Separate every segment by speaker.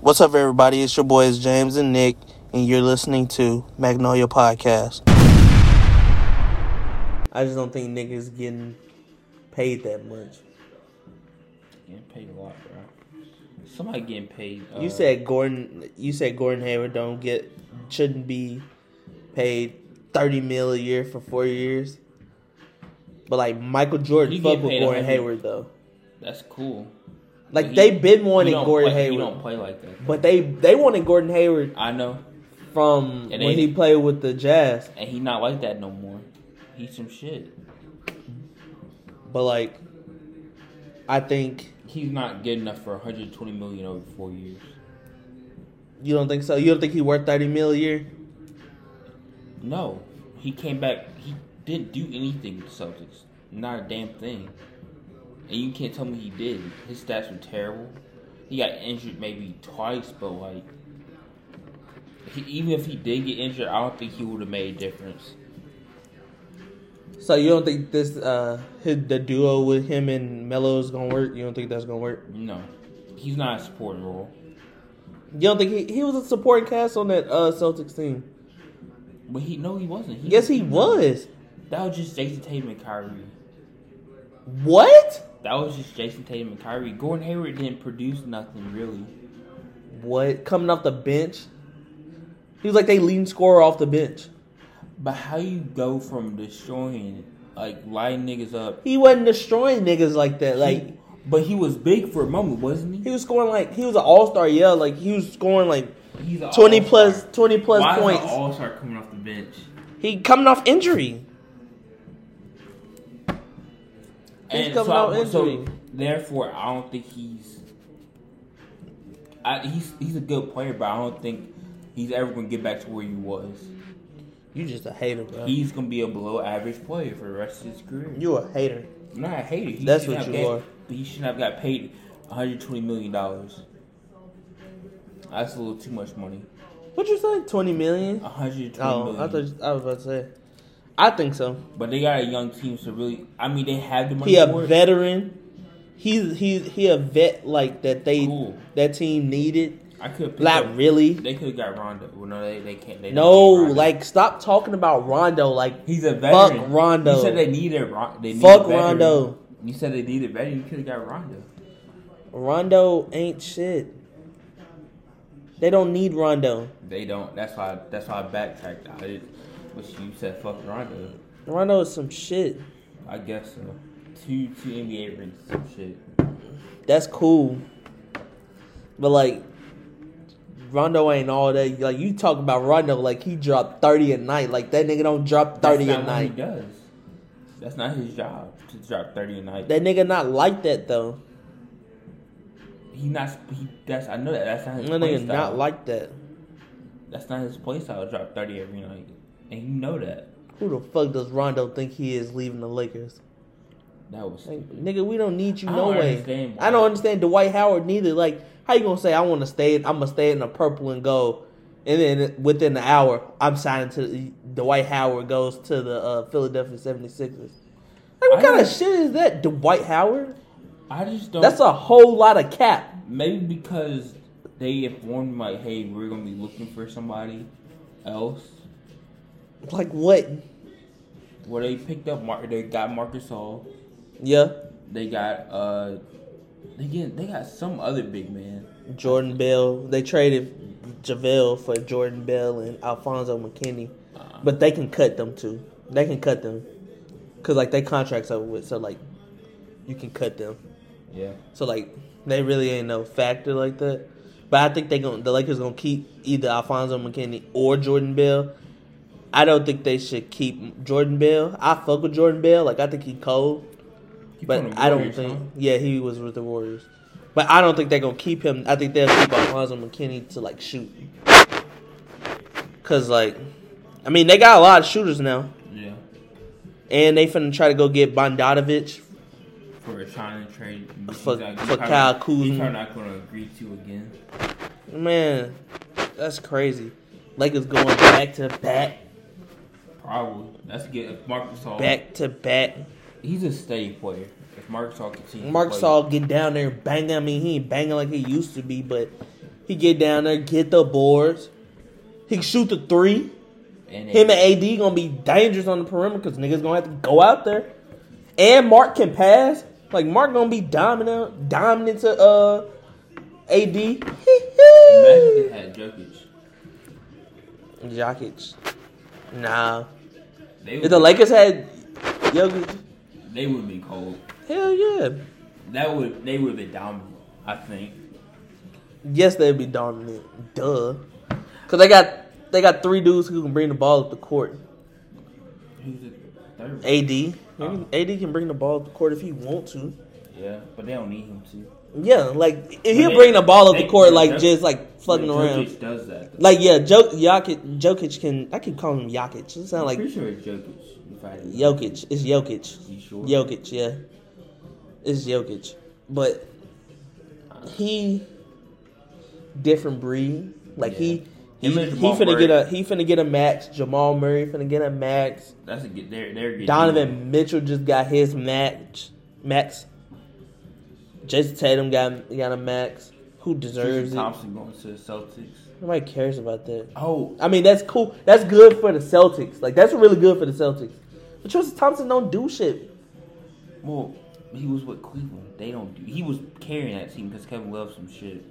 Speaker 1: What's up, everybody? It's your boys James and Nick, and you're listening to Magnolia Podcast. I just don't think niggas getting paid that much.
Speaker 2: Getting paid a lot, bro. Somebody getting paid.
Speaker 1: You
Speaker 2: uh,
Speaker 1: said Gordon. You said Gordon Hayward don't get shouldn't be paid thirty mil a year for four years. But like Michael
Speaker 2: You
Speaker 1: Jordan,
Speaker 2: get
Speaker 1: fuck with
Speaker 2: paid
Speaker 1: Gordon
Speaker 2: 100.
Speaker 1: Hayward though.
Speaker 2: that's cool.
Speaker 1: Like
Speaker 2: He-
Speaker 1: they been
Speaker 2: You
Speaker 1: wanting
Speaker 2: don't
Speaker 1: Gordon
Speaker 2: play, You
Speaker 1: Hayward,
Speaker 2: don't play like that.
Speaker 1: but they they wanted Gordon Hayward
Speaker 2: I know,
Speaker 1: from
Speaker 2: And
Speaker 1: when
Speaker 2: they-
Speaker 1: he played with the Jazz.
Speaker 2: and he not like that no more. He's some shit.
Speaker 1: But like, I think
Speaker 2: He's not good enough for 120 million over four years.
Speaker 1: you don't think so. You don't think he worth thirty mil a year?
Speaker 2: No, he came back. He didn't do anything to Celtics. Not a damn thing. And you can't tell me he did. His stats were terrible. He got injured maybe twice, but like, he, even if he did get injured, I don't think he would have made a difference.
Speaker 1: So you don't think this uh his, the duo with him and Melo is gonna work? You don't think that's gonna work?
Speaker 2: No, he's not a supporting role.
Speaker 1: You don't think he, he was a supporting cast on that uh Celtics team?
Speaker 2: But he no, he wasn't. He,
Speaker 1: Yes, he was.
Speaker 2: That was just Jason Tatum and Kyrie.
Speaker 1: What?
Speaker 2: That was just Jason Tatum and Kyrie. Gordon Hayward didn't produce nothing really.
Speaker 1: What? Coming off the bench, he was like they leading scorer off the bench.
Speaker 2: But how you go from destroying, like lighting niggas up,
Speaker 1: He wasn't destroying niggas like that. Like
Speaker 2: He- but he was big for a moment, wasn't
Speaker 1: he
Speaker 2: he?
Speaker 1: was scoring like he was an all star. Yeah, like he was scoring like
Speaker 2: He's a
Speaker 1: twenty plus twenty plus points.
Speaker 2: All star coming off the bench.
Speaker 1: he coming off injury. He's
Speaker 2: And
Speaker 1: coming
Speaker 2: so,
Speaker 1: out
Speaker 2: I- so
Speaker 1: injured.
Speaker 2: therefore, I don't think he's. I, he's he's a good player, but I don't think he's ever gonna get back to where he was.
Speaker 1: You just a hater, bro.
Speaker 2: He's gonna be a below average player for the rest of his career.
Speaker 1: you a hater.
Speaker 2: I'm not a hater. He
Speaker 1: That's what
Speaker 2: shouldn't have
Speaker 1: you
Speaker 2: got-
Speaker 1: are.
Speaker 2: But he shouldn't have got paid 120 million dollars. That's a little too much money.
Speaker 1: What you say? Twenty million?
Speaker 2: 120
Speaker 1: Oh,
Speaker 2: million.
Speaker 1: I thought you- I was about to say. I think so.
Speaker 2: but they got a young team, so really, I mean, they have the money
Speaker 1: He a
Speaker 2: for it.
Speaker 1: veteran. He's he's he a vet like that they
Speaker 2: Cool.
Speaker 1: that team needed.
Speaker 2: I could
Speaker 1: Not really.
Speaker 2: They could have got Rondo. Well, no, they, they can't. They don't
Speaker 1: No,
Speaker 2: need Rondo.
Speaker 1: like stop talking about Rondo. Like
Speaker 2: he's a veteran.
Speaker 1: fuck Rondo.
Speaker 2: You said they needed Rondo. They needed
Speaker 1: Fuck
Speaker 2: veteran.
Speaker 1: Rondo.
Speaker 2: You said they needed veteran. You could have got Rondo.
Speaker 1: Rondo ain't shit. They don't need Rondo.
Speaker 2: They don't. That's why. That's why I backtracked. I did, but you said fuck Rondo.
Speaker 1: Rondo is some shit.
Speaker 2: I guess so. Two two NBA rings, some shit.
Speaker 1: That's cool. But like Rondo ain't all that. Like you talk about Rondo, like he dropped thirty a night. Like that nigga don't drop thirty
Speaker 2: That's
Speaker 1: a
Speaker 2: not what
Speaker 1: night.
Speaker 2: He does. That's not his job to drop thirty a night.
Speaker 1: That nigga not like that though.
Speaker 2: he not. He, that's I know that. That's not his.
Speaker 1: That
Speaker 2: play
Speaker 1: nigga not
Speaker 2: style.
Speaker 1: like that.
Speaker 2: That's not his play style. to Drop thirty every night, and you know that.
Speaker 1: Who the fuck does Rondo think he is leaving the Lakers?
Speaker 2: That was
Speaker 1: Like,
Speaker 2: stupid.
Speaker 1: nigga, we don't need you
Speaker 2: I
Speaker 1: no
Speaker 2: don't
Speaker 1: way.
Speaker 2: understand why-
Speaker 1: I don't understand Dwight Howard neither. Like, how you gonna say I want to stay? I'm gonna stay in the purple and gold, and then within the hour, I'm signing to Dwight Howard goes to the uh, Philadelphia 76ers. Like, what
Speaker 2: I
Speaker 1: kind of
Speaker 2: don't-
Speaker 1: shit is that, Dwight Howard?
Speaker 2: I just don't.
Speaker 1: That's a whole lot of cap.
Speaker 2: maybe because they informed like, hey, we're gonna be looking for somebody else.
Speaker 1: Like what?
Speaker 2: Where they picked up Mark, they got Marcus All.
Speaker 1: Yeah,
Speaker 2: They got uh, they get they got some other big man.
Speaker 1: Jordan Bell. They traded Javale for Jordan Bell and Alfonso McKinney, but they can cut them too. They can cut them because like they contracts over with, so like you can cut them.
Speaker 2: Yeah.
Speaker 1: So like they really ain't no factor like that. But I think they going the Lakers gonna keep either Alfonso McKinney or Jordan Bell. I don't think they should keep Jordan Bell. I fuck with Jordan Bell. Like I think he cold.
Speaker 2: He from
Speaker 1: But
Speaker 2: the
Speaker 1: I don't
Speaker 2: Warriors,
Speaker 1: think.
Speaker 2: huh?
Speaker 1: Yeah, he was with the Warriors. But I don't think they're gonna keep him. I think they'll keep Alonzo McKinney to like shoot. Cause like, I mean, they got a lot of shooters now,
Speaker 2: Yeah.
Speaker 1: and they finna try to go get Bondadovich.
Speaker 2: For a China trade. which
Speaker 1: For-
Speaker 2: he's not-
Speaker 1: for
Speaker 2: he's probably-
Speaker 1: Kyle Kuzma.
Speaker 2: He's probably not going to agree to again.
Speaker 1: Man, that's crazy. Lakers going back to back,
Speaker 2: Probably. That's good. If Marcus All.
Speaker 1: back to back.
Speaker 2: He's a steady player. If Marcus All continues. to
Speaker 1: Mark
Speaker 2: play-
Speaker 1: Saul get down there banging. I mean, he ain't banging like he used to be, but He get down there, get the boards. He can shoot the three.
Speaker 2: And
Speaker 1: Him
Speaker 2: they-
Speaker 1: and AD gonna be dangerous on the perimeter because niggas gonna have to go out there. And Mark can pass. Like Mark gonna be dominant, dominant to uh AD.
Speaker 2: imagine they had Jokic.
Speaker 1: Jokic. Nah.
Speaker 2: They
Speaker 1: If the
Speaker 2: would-
Speaker 1: Lakers had Jokic,
Speaker 2: They would be cold.
Speaker 1: hell yeah.
Speaker 2: That would they would have been dominant. I think.
Speaker 1: Yes, they'd be dominant. Duh. Cause they got they got three dudes who can bring the ball up the court.
Speaker 2: Who's the third?
Speaker 1: AD. AD can bring the ball up the court if he want to.
Speaker 2: Yeah, but they don't need him to.
Speaker 1: Yeah, like if he'll
Speaker 2: they-
Speaker 1: bring the ball up the
Speaker 2: they-
Speaker 1: court,
Speaker 2: yeah,
Speaker 1: like
Speaker 2: that's-
Speaker 1: just like fucking
Speaker 2: Yeah,
Speaker 1: around.
Speaker 2: Jokic does that. Though.
Speaker 1: Like yeah, Jok- Jokic, Jokic can. I keep calling him Jokic. It sound like
Speaker 2: pretty sure it's Jokic. If I had to-
Speaker 1: Jokic. It's Jokic.
Speaker 2: You sure?
Speaker 1: Jokic, yeah, it's Jokic, but he different breed. Like he
Speaker 2: Yeah.
Speaker 1: he,
Speaker 2: Him
Speaker 1: he
Speaker 2: and Jamal
Speaker 1: finna
Speaker 2: Murray.
Speaker 1: get a he finna get a max. Jamal Murray finna get a max.
Speaker 2: That's a good. They're they're getting
Speaker 1: Donovan Mitchell just got his max. Max. Jason Tatum got got a max. Who deserves
Speaker 2: Tristan
Speaker 1: it?
Speaker 2: Thompson going to the Celtics.
Speaker 1: Nobody cares about that.
Speaker 2: Oh,
Speaker 1: I mean, that's cool. That's good for the Celtics. Like, that's really good for the Celtics. But Tristan Thompson don't do shit.
Speaker 2: well, he was with Cleveland. They don't. Do, he was carrying that team because Kevin Love some shit.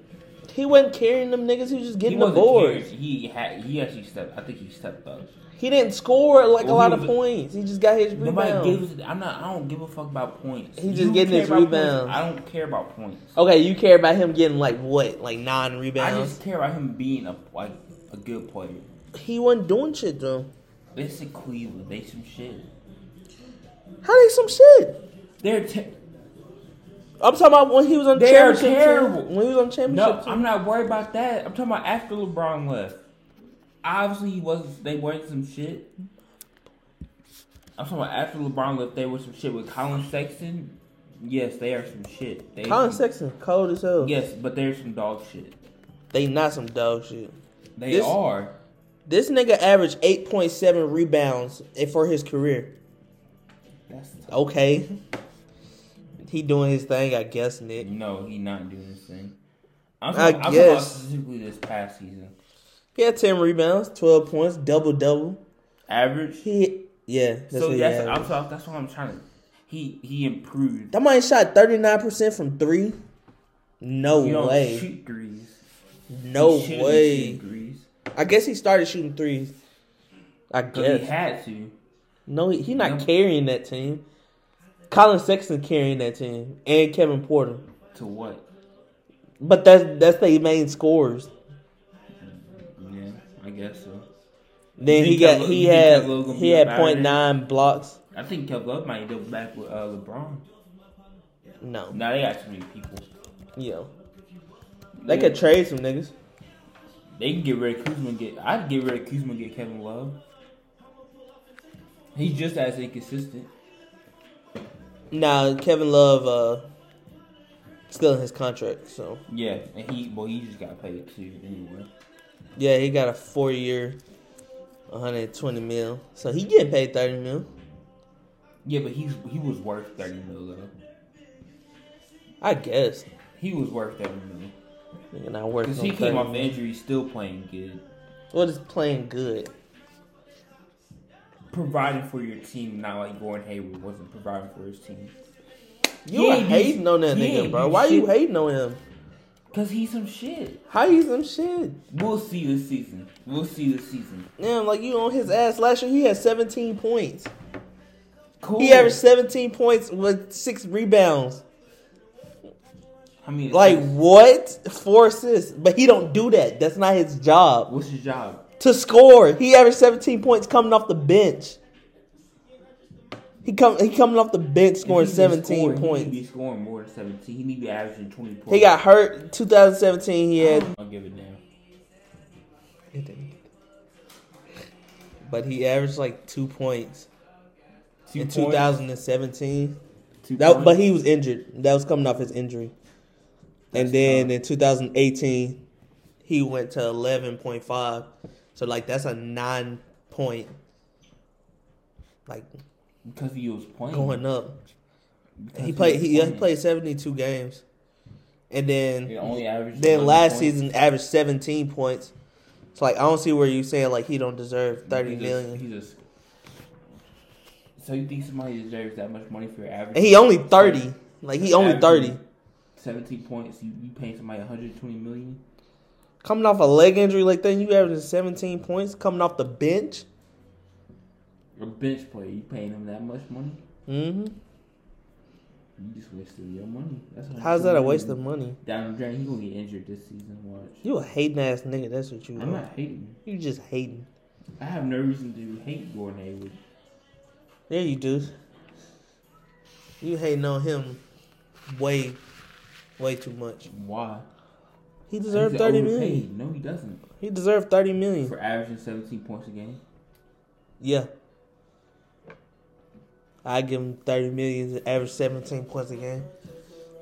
Speaker 1: He wasn't carrying them niggas. He was just
Speaker 2: he
Speaker 1: getting the
Speaker 2: wasn't
Speaker 1: boards.
Speaker 2: carrying- He had. He actually stepped. I think he stepped up.
Speaker 1: He didn't score like
Speaker 2: Well,
Speaker 1: a lot
Speaker 2: he
Speaker 1: of
Speaker 2: was-
Speaker 1: points. He just got his rebounds.
Speaker 2: Nobody gives. I'm not. I don't give a fuck about points.
Speaker 1: He
Speaker 2: You
Speaker 1: just getting
Speaker 2: care
Speaker 1: his
Speaker 2: about points?
Speaker 1: rebounds.
Speaker 2: I don't care about points.
Speaker 1: okay, you care about him getting like what, like nine
Speaker 2: I
Speaker 1: rebounds?
Speaker 2: just care about him being a like a good player.
Speaker 1: He wasn't doing shit though.
Speaker 2: This is Cleveland. They some shit.
Speaker 1: How they some shit?
Speaker 2: They're te-
Speaker 1: I'm talking about when he was on
Speaker 2: They are
Speaker 1: championship. team.
Speaker 2: terrible.
Speaker 1: When he was on championship.
Speaker 2: no.
Speaker 1: team.
Speaker 2: I'm not worried about that. I'm talking about after LeBron left. Obviously, he was. They weren't some shit. I'm talking about after LeBron left. They were some shit with Colin Sexton. Yes, they are some shit. They
Speaker 1: Colin Sexton, cold as hell.
Speaker 2: Yes, but they're some dog shit.
Speaker 1: They not some dog shit.
Speaker 2: They
Speaker 1: This-
Speaker 2: are.
Speaker 1: This nigga averaged 8.7 rebounds for his career.
Speaker 2: That's tough.
Speaker 1: okay. He doing his thing, I guess, Nick.
Speaker 2: No, he not doing this thing.
Speaker 1: I
Speaker 2: I'm talking, I'm talking about
Speaker 1: guess.
Speaker 2: specifically this past season.
Speaker 1: He had ten rebounds, twelve points, double double.
Speaker 2: Average.
Speaker 1: He yeah, that's
Speaker 2: so
Speaker 1: what he
Speaker 2: that's
Speaker 1: averaged.
Speaker 2: I'm talking, that's what I'm trying to. He he improved.
Speaker 1: That man shot thirty nine percent from three. No
Speaker 2: He don't
Speaker 1: way,
Speaker 2: shoot threes.
Speaker 1: no
Speaker 2: He shouldn't
Speaker 1: way.
Speaker 2: shoot threes.
Speaker 1: I guess he started shooting threes. I
Speaker 2: 'Cause
Speaker 1: guess
Speaker 2: he had to.
Speaker 1: no, he, he not
Speaker 2: No.
Speaker 1: carrying that team. Colin Sexton carrying that team and Kevin Porter,
Speaker 2: To what?
Speaker 1: but that's that's their main scores.
Speaker 2: Yeah, I guess so.
Speaker 1: Then
Speaker 2: You
Speaker 1: he
Speaker 2: think
Speaker 1: got
Speaker 2: Kev-
Speaker 1: he
Speaker 2: you think
Speaker 1: had
Speaker 2: Kev Love gonna
Speaker 1: he
Speaker 2: be a
Speaker 1: had
Speaker 2: battery?
Speaker 1: point nine blocks.
Speaker 2: I think Kev Love might double back with uh, LeBron.
Speaker 1: No,
Speaker 2: Now they got too many people.
Speaker 1: yeah, they
Speaker 2: Yeah.
Speaker 1: could trade some niggas.
Speaker 2: They can get rid of Kuzma. And get I'd get rid of Kuzma. And get Kevin Love. He's just as inconsistent.
Speaker 1: Now Kevin Love uh still in his contract, so
Speaker 2: Yeah, and he well he just got paid too anyway.
Speaker 1: yeah, he got a four year, one hundred twenty mil. So he getting paid thirty mil.
Speaker 2: Yeah, but he's he was worth thirty mil though.
Speaker 1: I guess.
Speaker 2: He was worth thirty mil
Speaker 1: Nigga not working.
Speaker 2: because he came off injury, still playing good,
Speaker 1: What is playing good?
Speaker 2: providing for your team. Not like Gordon Hayward wasn't providing for his team
Speaker 1: You
Speaker 2: He
Speaker 1: are
Speaker 2: ain't do-
Speaker 1: hating on that
Speaker 2: he
Speaker 1: nigga,
Speaker 2: ain't
Speaker 1: bro.
Speaker 2: do
Speaker 1: Why you
Speaker 2: shit.
Speaker 1: hating on him?
Speaker 2: because he's some shit.
Speaker 1: How you some shit?
Speaker 2: We'll see this season. We'll see this season.
Speaker 1: Damn, like you on his ass last year. He had seventeen points.
Speaker 2: Cool.
Speaker 1: He averaged seventeen points with six rebounds.
Speaker 2: I mean,
Speaker 1: Like what? Four assists. But he don't do that. That's not his job.
Speaker 2: what's his job?
Speaker 1: to score. He averaged 17 points coming off the bench. He come he coming off the bench scoring
Speaker 2: If he be
Speaker 1: 17
Speaker 2: scoring, He
Speaker 1: points.
Speaker 2: need to be scoring more than seventeen. He need to be averaging twenty points.
Speaker 1: He got hurt 2017. He had,
Speaker 2: I'll give it down.
Speaker 1: but he averaged like two points
Speaker 2: Two
Speaker 1: in
Speaker 2: points,
Speaker 1: 2017.
Speaker 2: two
Speaker 1: That, but
Speaker 2: points.
Speaker 1: he was injured. That was coming off his injury. And
Speaker 2: That's
Speaker 1: then
Speaker 2: tough.
Speaker 1: in 2018, he went to 11.5. So like that's a nine point, like
Speaker 2: because he was playing.
Speaker 1: going up.
Speaker 2: Because
Speaker 1: He played.
Speaker 2: was
Speaker 1: He, yeah, he
Speaker 2: playing.
Speaker 1: played seventy two games. and then
Speaker 2: It only averaged
Speaker 1: then
Speaker 2: 11
Speaker 1: last
Speaker 2: points.
Speaker 1: season averaged 17 points. It's like I don't see where you saying like he don't deserve thirty
Speaker 2: He's a-
Speaker 1: million.
Speaker 2: He's a. So you think somebody deserves that much money for your average?
Speaker 1: and he only 30. Like he only
Speaker 2: Average.
Speaker 1: 30.
Speaker 2: Seventeen points. You, you paying somebody one hundred twenty million?
Speaker 1: Coming off a leg injury like that, and you averaging 17 points coming off the bench.
Speaker 2: Your bench player, you paying him that much money?
Speaker 1: hmm
Speaker 2: You just wasted your money. That's
Speaker 1: How's that a
Speaker 2: $120
Speaker 1: waste of
Speaker 2: million.
Speaker 1: money?
Speaker 2: Down the drain, he gonna get injured this season. Watch.
Speaker 1: You a hating ass nigga. That's what you
Speaker 2: I'm
Speaker 1: are.
Speaker 2: not hating.
Speaker 1: You just hating.
Speaker 2: I have no reason to hate Gordon Hayward.
Speaker 1: There you do. You hating on him way, way too much.
Speaker 2: Why?
Speaker 1: He deserved
Speaker 2: He's
Speaker 1: 30
Speaker 2: overpaid.
Speaker 1: million.
Speaker 2: No, he doesn't.
Speaker 1: He deserved 30 million.
Speaker 2: For averaging seventeen points a game.
Speaker 1: Yeah. I give him 30 million, to average 17 points a game.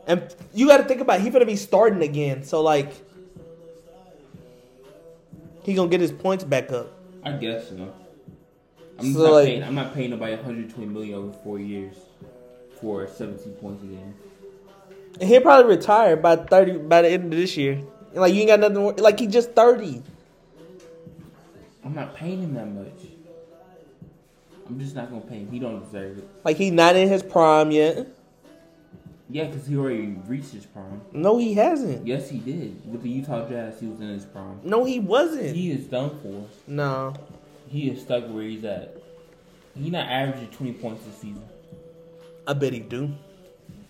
Speaker 1: And you got to think about he's going to be starting again. So, like, he going to get his points back up.
Speaker 2: I guess so. I'm just
Speaker 1: So,
Speaker 2: not
Speaker 1: like-
Speaker 2: paying. I'm not paying nobody 120 million over four years for 17 points a game.
Speaker 1: And he'll probably retire by 30 by the end of this year. And, like, you ain't got nothing. to wor- Like, he just 30.
Speaker 2: I'm not paying him that much. I'm just not gonna pay him. He don't deserve it.
Speaker 1: Like, he not in his prime yet.
Speaker 2: Yeah, because he already reached his prime.
Speaker 1: No, he hasn't.
Speaker 2: Yes, he did. With the Utah Jazz, he was in his prime.
Speaker 1: No, he wasn't.
Speaker 2: He is done for.
Speaker 1: no.
Speaker 2: He is stuck where he's at. He not averaging 20 points this season.
Speaker 1: I bet he do.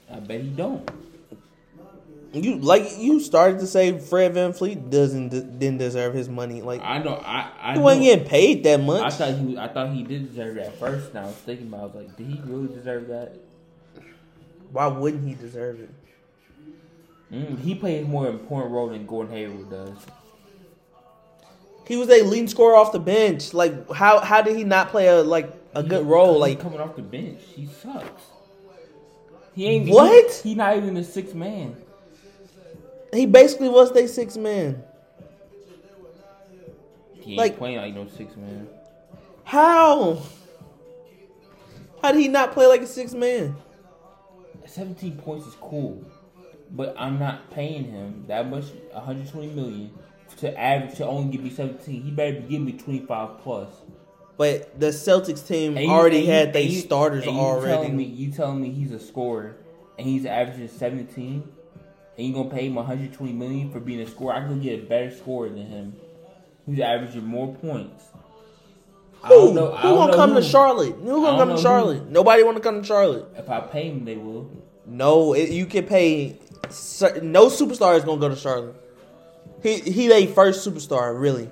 Speaker 2: I bet he don't.
Speaker 1: You like you started to say Fred Van Fleet doesn't didn't deserve his money. Like
Speaker 2: I don't. I. I
Speaker 1: He wasn't
Speaker 2: don't-
Speaker 1: getting paid that much.
Speaker 2: I thought he, was- I thought he did deserve that first. Now I was thinking about, it, I was like, did he really deserve that?
Speaker 1: Why wouldn't he deserve it?
Speaker 2: Mm, he plays more important role than Gordon Hayward does.
Speaker 1: He was a leading scorer off the bench. Like how how did he not play a like a good
Speaker 2: He-
Speaker 1: role?
Speaker 2: he's
Speaker 1: Like
Speaker 2: coming off the bench, he sucks. He ain't he-
Speaker 1: What?
Speaker 2: He, not even a sixth man.
Speaker 1: he basically was their sixth man.
Speaker 2: He ain't
Speaker 1: Like-
Speaker 2: playing like no six man.
Speaker 1: How? How did he not play like a sixth man?
Speaker 2: Seventeen points is cool, but I'm not paying him that much. 120 million to average to only give me 17. He better be giving me 25 plus.
Speaker 1: But the Celtics team
Speaker 2: And you-
Speaker 1: already
Speaker 2: and you-
Speaker 1: had their
Speaker 2: and you-
Speaker 1: starters
Speaker 2: and you
Speaker 1: already.
Speaker 2: Telling me, you telling me he's a scorer and he's averaging 17, and you gonna pay him 120 million for being a scorer? I could get a better scorer than him, who's averaging more points. I
Speaker 1: who
Speaker 2: don't know- I
Speaker 1: who
Speaker 2: don't
Speaker 1: gonna
Speaker 2: know
Speaker 1: come to
Speaker 2: who.
Speaker 1: Charlotte? Who
Speaker 2: I don't
Speaker 1: gonna come
Speaker 2: know
Speaker 1: to
Speaker 2: who.
Speaker 1: Charlotte? Nobody wanna come to Charlotte.
Speaker 2: If I pay him, they will.
Speaker 1: No, it, you can pay. cer- No superstar is gonna go to Charlotte. He he, they first superstar really.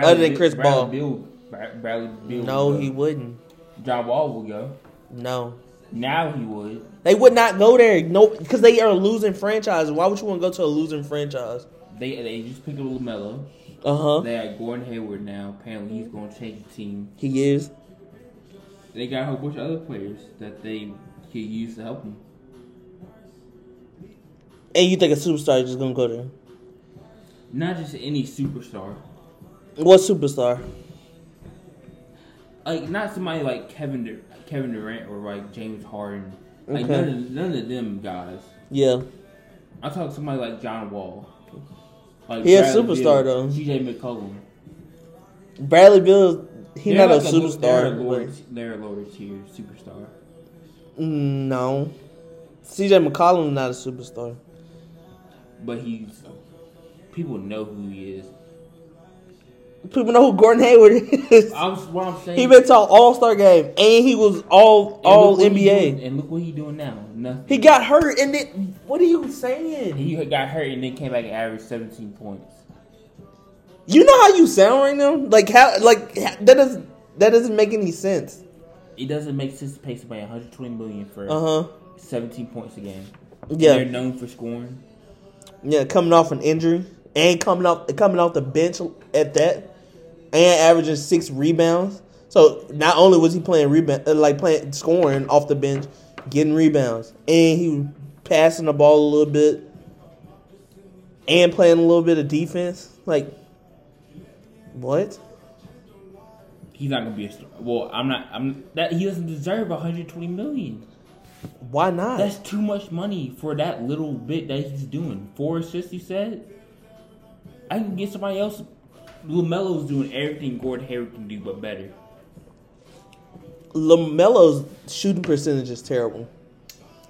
Speaker 1: Other than
Speaker 2: Bi-
Speaker 1: Chris
Speaker 2: Bradley
Speaker 1: Ball.
Speaker 2: Beal, Bra- Bradley Beal.
Speaker 1: No,
Speaker 2: would
Speaker 1: he
Speaker 2: go.
Speaker 1: wouldn't.
Speaker 2: John Wall will go.
Speaker 1: No,
Speaker 2: Now he would.
Speaker 1: they would not go there. No, because they are a losing franchise. Why would you want to go to a losing franchise?
Speaker 2: They they just picked up Lamelo.
Speaker 1: Uh huh.
Speaker 2: They had Gordon Hayward now. Apparently he's gonna change the team.
Speaker 1: He is.
Speaker 2: They got a whole bunch of other players that they could use to help him.
Speaker 1: And you think a superstar is just gonna go there?
Speaker 2: Not just any superstar.
Speaker 1: What superstar?
Speaker 2: Like not somebody like Kevin Dur- Kevin Durant or like James Harden. Like
Speaker 1: Okay.
Speaker 2: none of none of them guys.
Speaker 1: Yeah.
Speaker 2: I talk to somebody like John Wall. Like
Speaker 1: He a
Speaker 2: Bradley
Speaker 1: superstar,
Speaker 2: Beal,
Speaker 1: though.
Speaker 2: CJ McCollum.
Speaker 1: Bradley Bill, he
Speaker 2: They're
Speaker 1: not a
Speaker 2: like lo- They're a
Speaker 1: superstar.
Speaker 2: lower,
Speaker 1: but-
Speaker 2: they're a lower tier superstar.
Speaker 1: Mm, no. CJ McCollum not a superstar.
Speaker 2: But he's people know who he is.
Speaker 1: People know who Gordon Hayward is.
Speaker 2: I was what I'm saying.
Speaker 1: He been to All Star game, and he was all
Speaker 2: and look
Speaker 1: All
Speaker 2: what he doing-
Speaker 1: NBA.
Speaker 2: and look what he doing now. Nothing.
Speaker 1: He got hurt, and then what are you saying?
Speaker 2: he got hurt and then came back and averaged 17 points.
Speaker 1: You know how you sound right now. Like how? Like that does that doesn't make any sense.
Speaker 2: It doesn't make sense to pay somebody 120 million for
Speaker 1: Uh huh.
Speaker 2: 17 points a game. They're
Speaker 1: Yeah,
Speaker 2: known for scoring.
Speaker 1: yeah. Coming off an injury and coming off coming off the bench at that, and averaging six rebounds. So not only was he playing rebound, uh, like playing scoring off the bench, getting rebounds, and he was passing the ball a little bit, and playing a little bit of defense. Like what?
Speaker 2: He's not gonna be a star. Well, I'm not. I'm that he doesn't deserve 120 million.
Speaker 1: Why not?
Speaker 2: That's too much money for that little bit that he's doing. Four assists, you said. I can get somebody else. Lamelo's doing everything Gordon Hayward can do, but better.
Speaker 1: Lamelo's shooting percentage is terrible.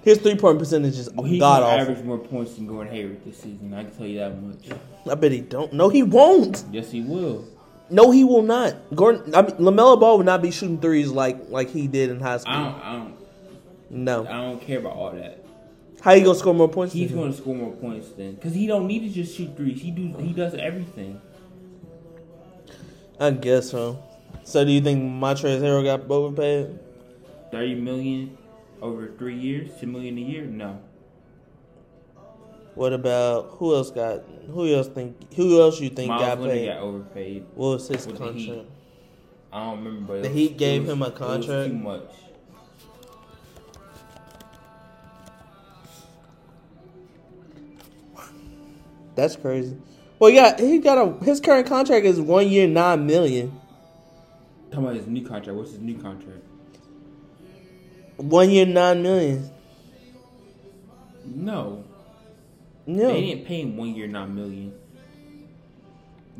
Speaker 1: His three point percentage is
Speaker 2: Well, he's
Speaker 1: god
Speaker 2: gonna
Speaker 1: awful.
Speaker 2: average more points than Gordon Hayward this season. I can tell you that much.
Speaker 1: I bet he don't. No, he won't.
Speaker 2: Yes, he will.
Speaker 1: No, he will not. Gordon, I mean, Lamelo Ball will not be shooting threes like like he did in high
Speaker 2: I
Speaker 1: school.
Speaker 2: don't. I don't.
Speaker 1: No.
Speaker 2: I don't care about all that.
Speaker 1: How you gonna score more points?
Speaker 2: He's
Speaker 1: He's
Speaker 2: going to score more points then, because he don't need to just shoot threes. He do. He does everything.
Speaker 1: I guess so. So do you think Montrezl Harrell got overpaid?
Speaker 2: Thirty million over three years, ten million a year. No,
Speaker 1: What about who else got? Who else think? Who else you think
Speaker 2: Miles
Speaker 1: got
Speaker 2: Leonard
Speaker 1: paid?
Speaker 2: got overpaid.
Speaker 1: What was his
Speaker 2: With the Heat.
Speaker 1: contract?
Speaker 2: I don't remember. but
Speaker 1: The
Speaker 2: it
Speaker 1: Heat
Speaker 2: it
Speaker 1: gave him a
Speaker 2: it was
Speaker 1: contract?
Speaker 2: Too much.
Speaker 1: That's crazy. Well, yeah, he got a his current contract is one year nine million.
Speaker 2: Talking about his new contract. What's his new contract?
Speaker 1: One year nine million.
Speaker 2: No, they
Speaker 1: No,
Speaker 2: didn't pay him one year nine million.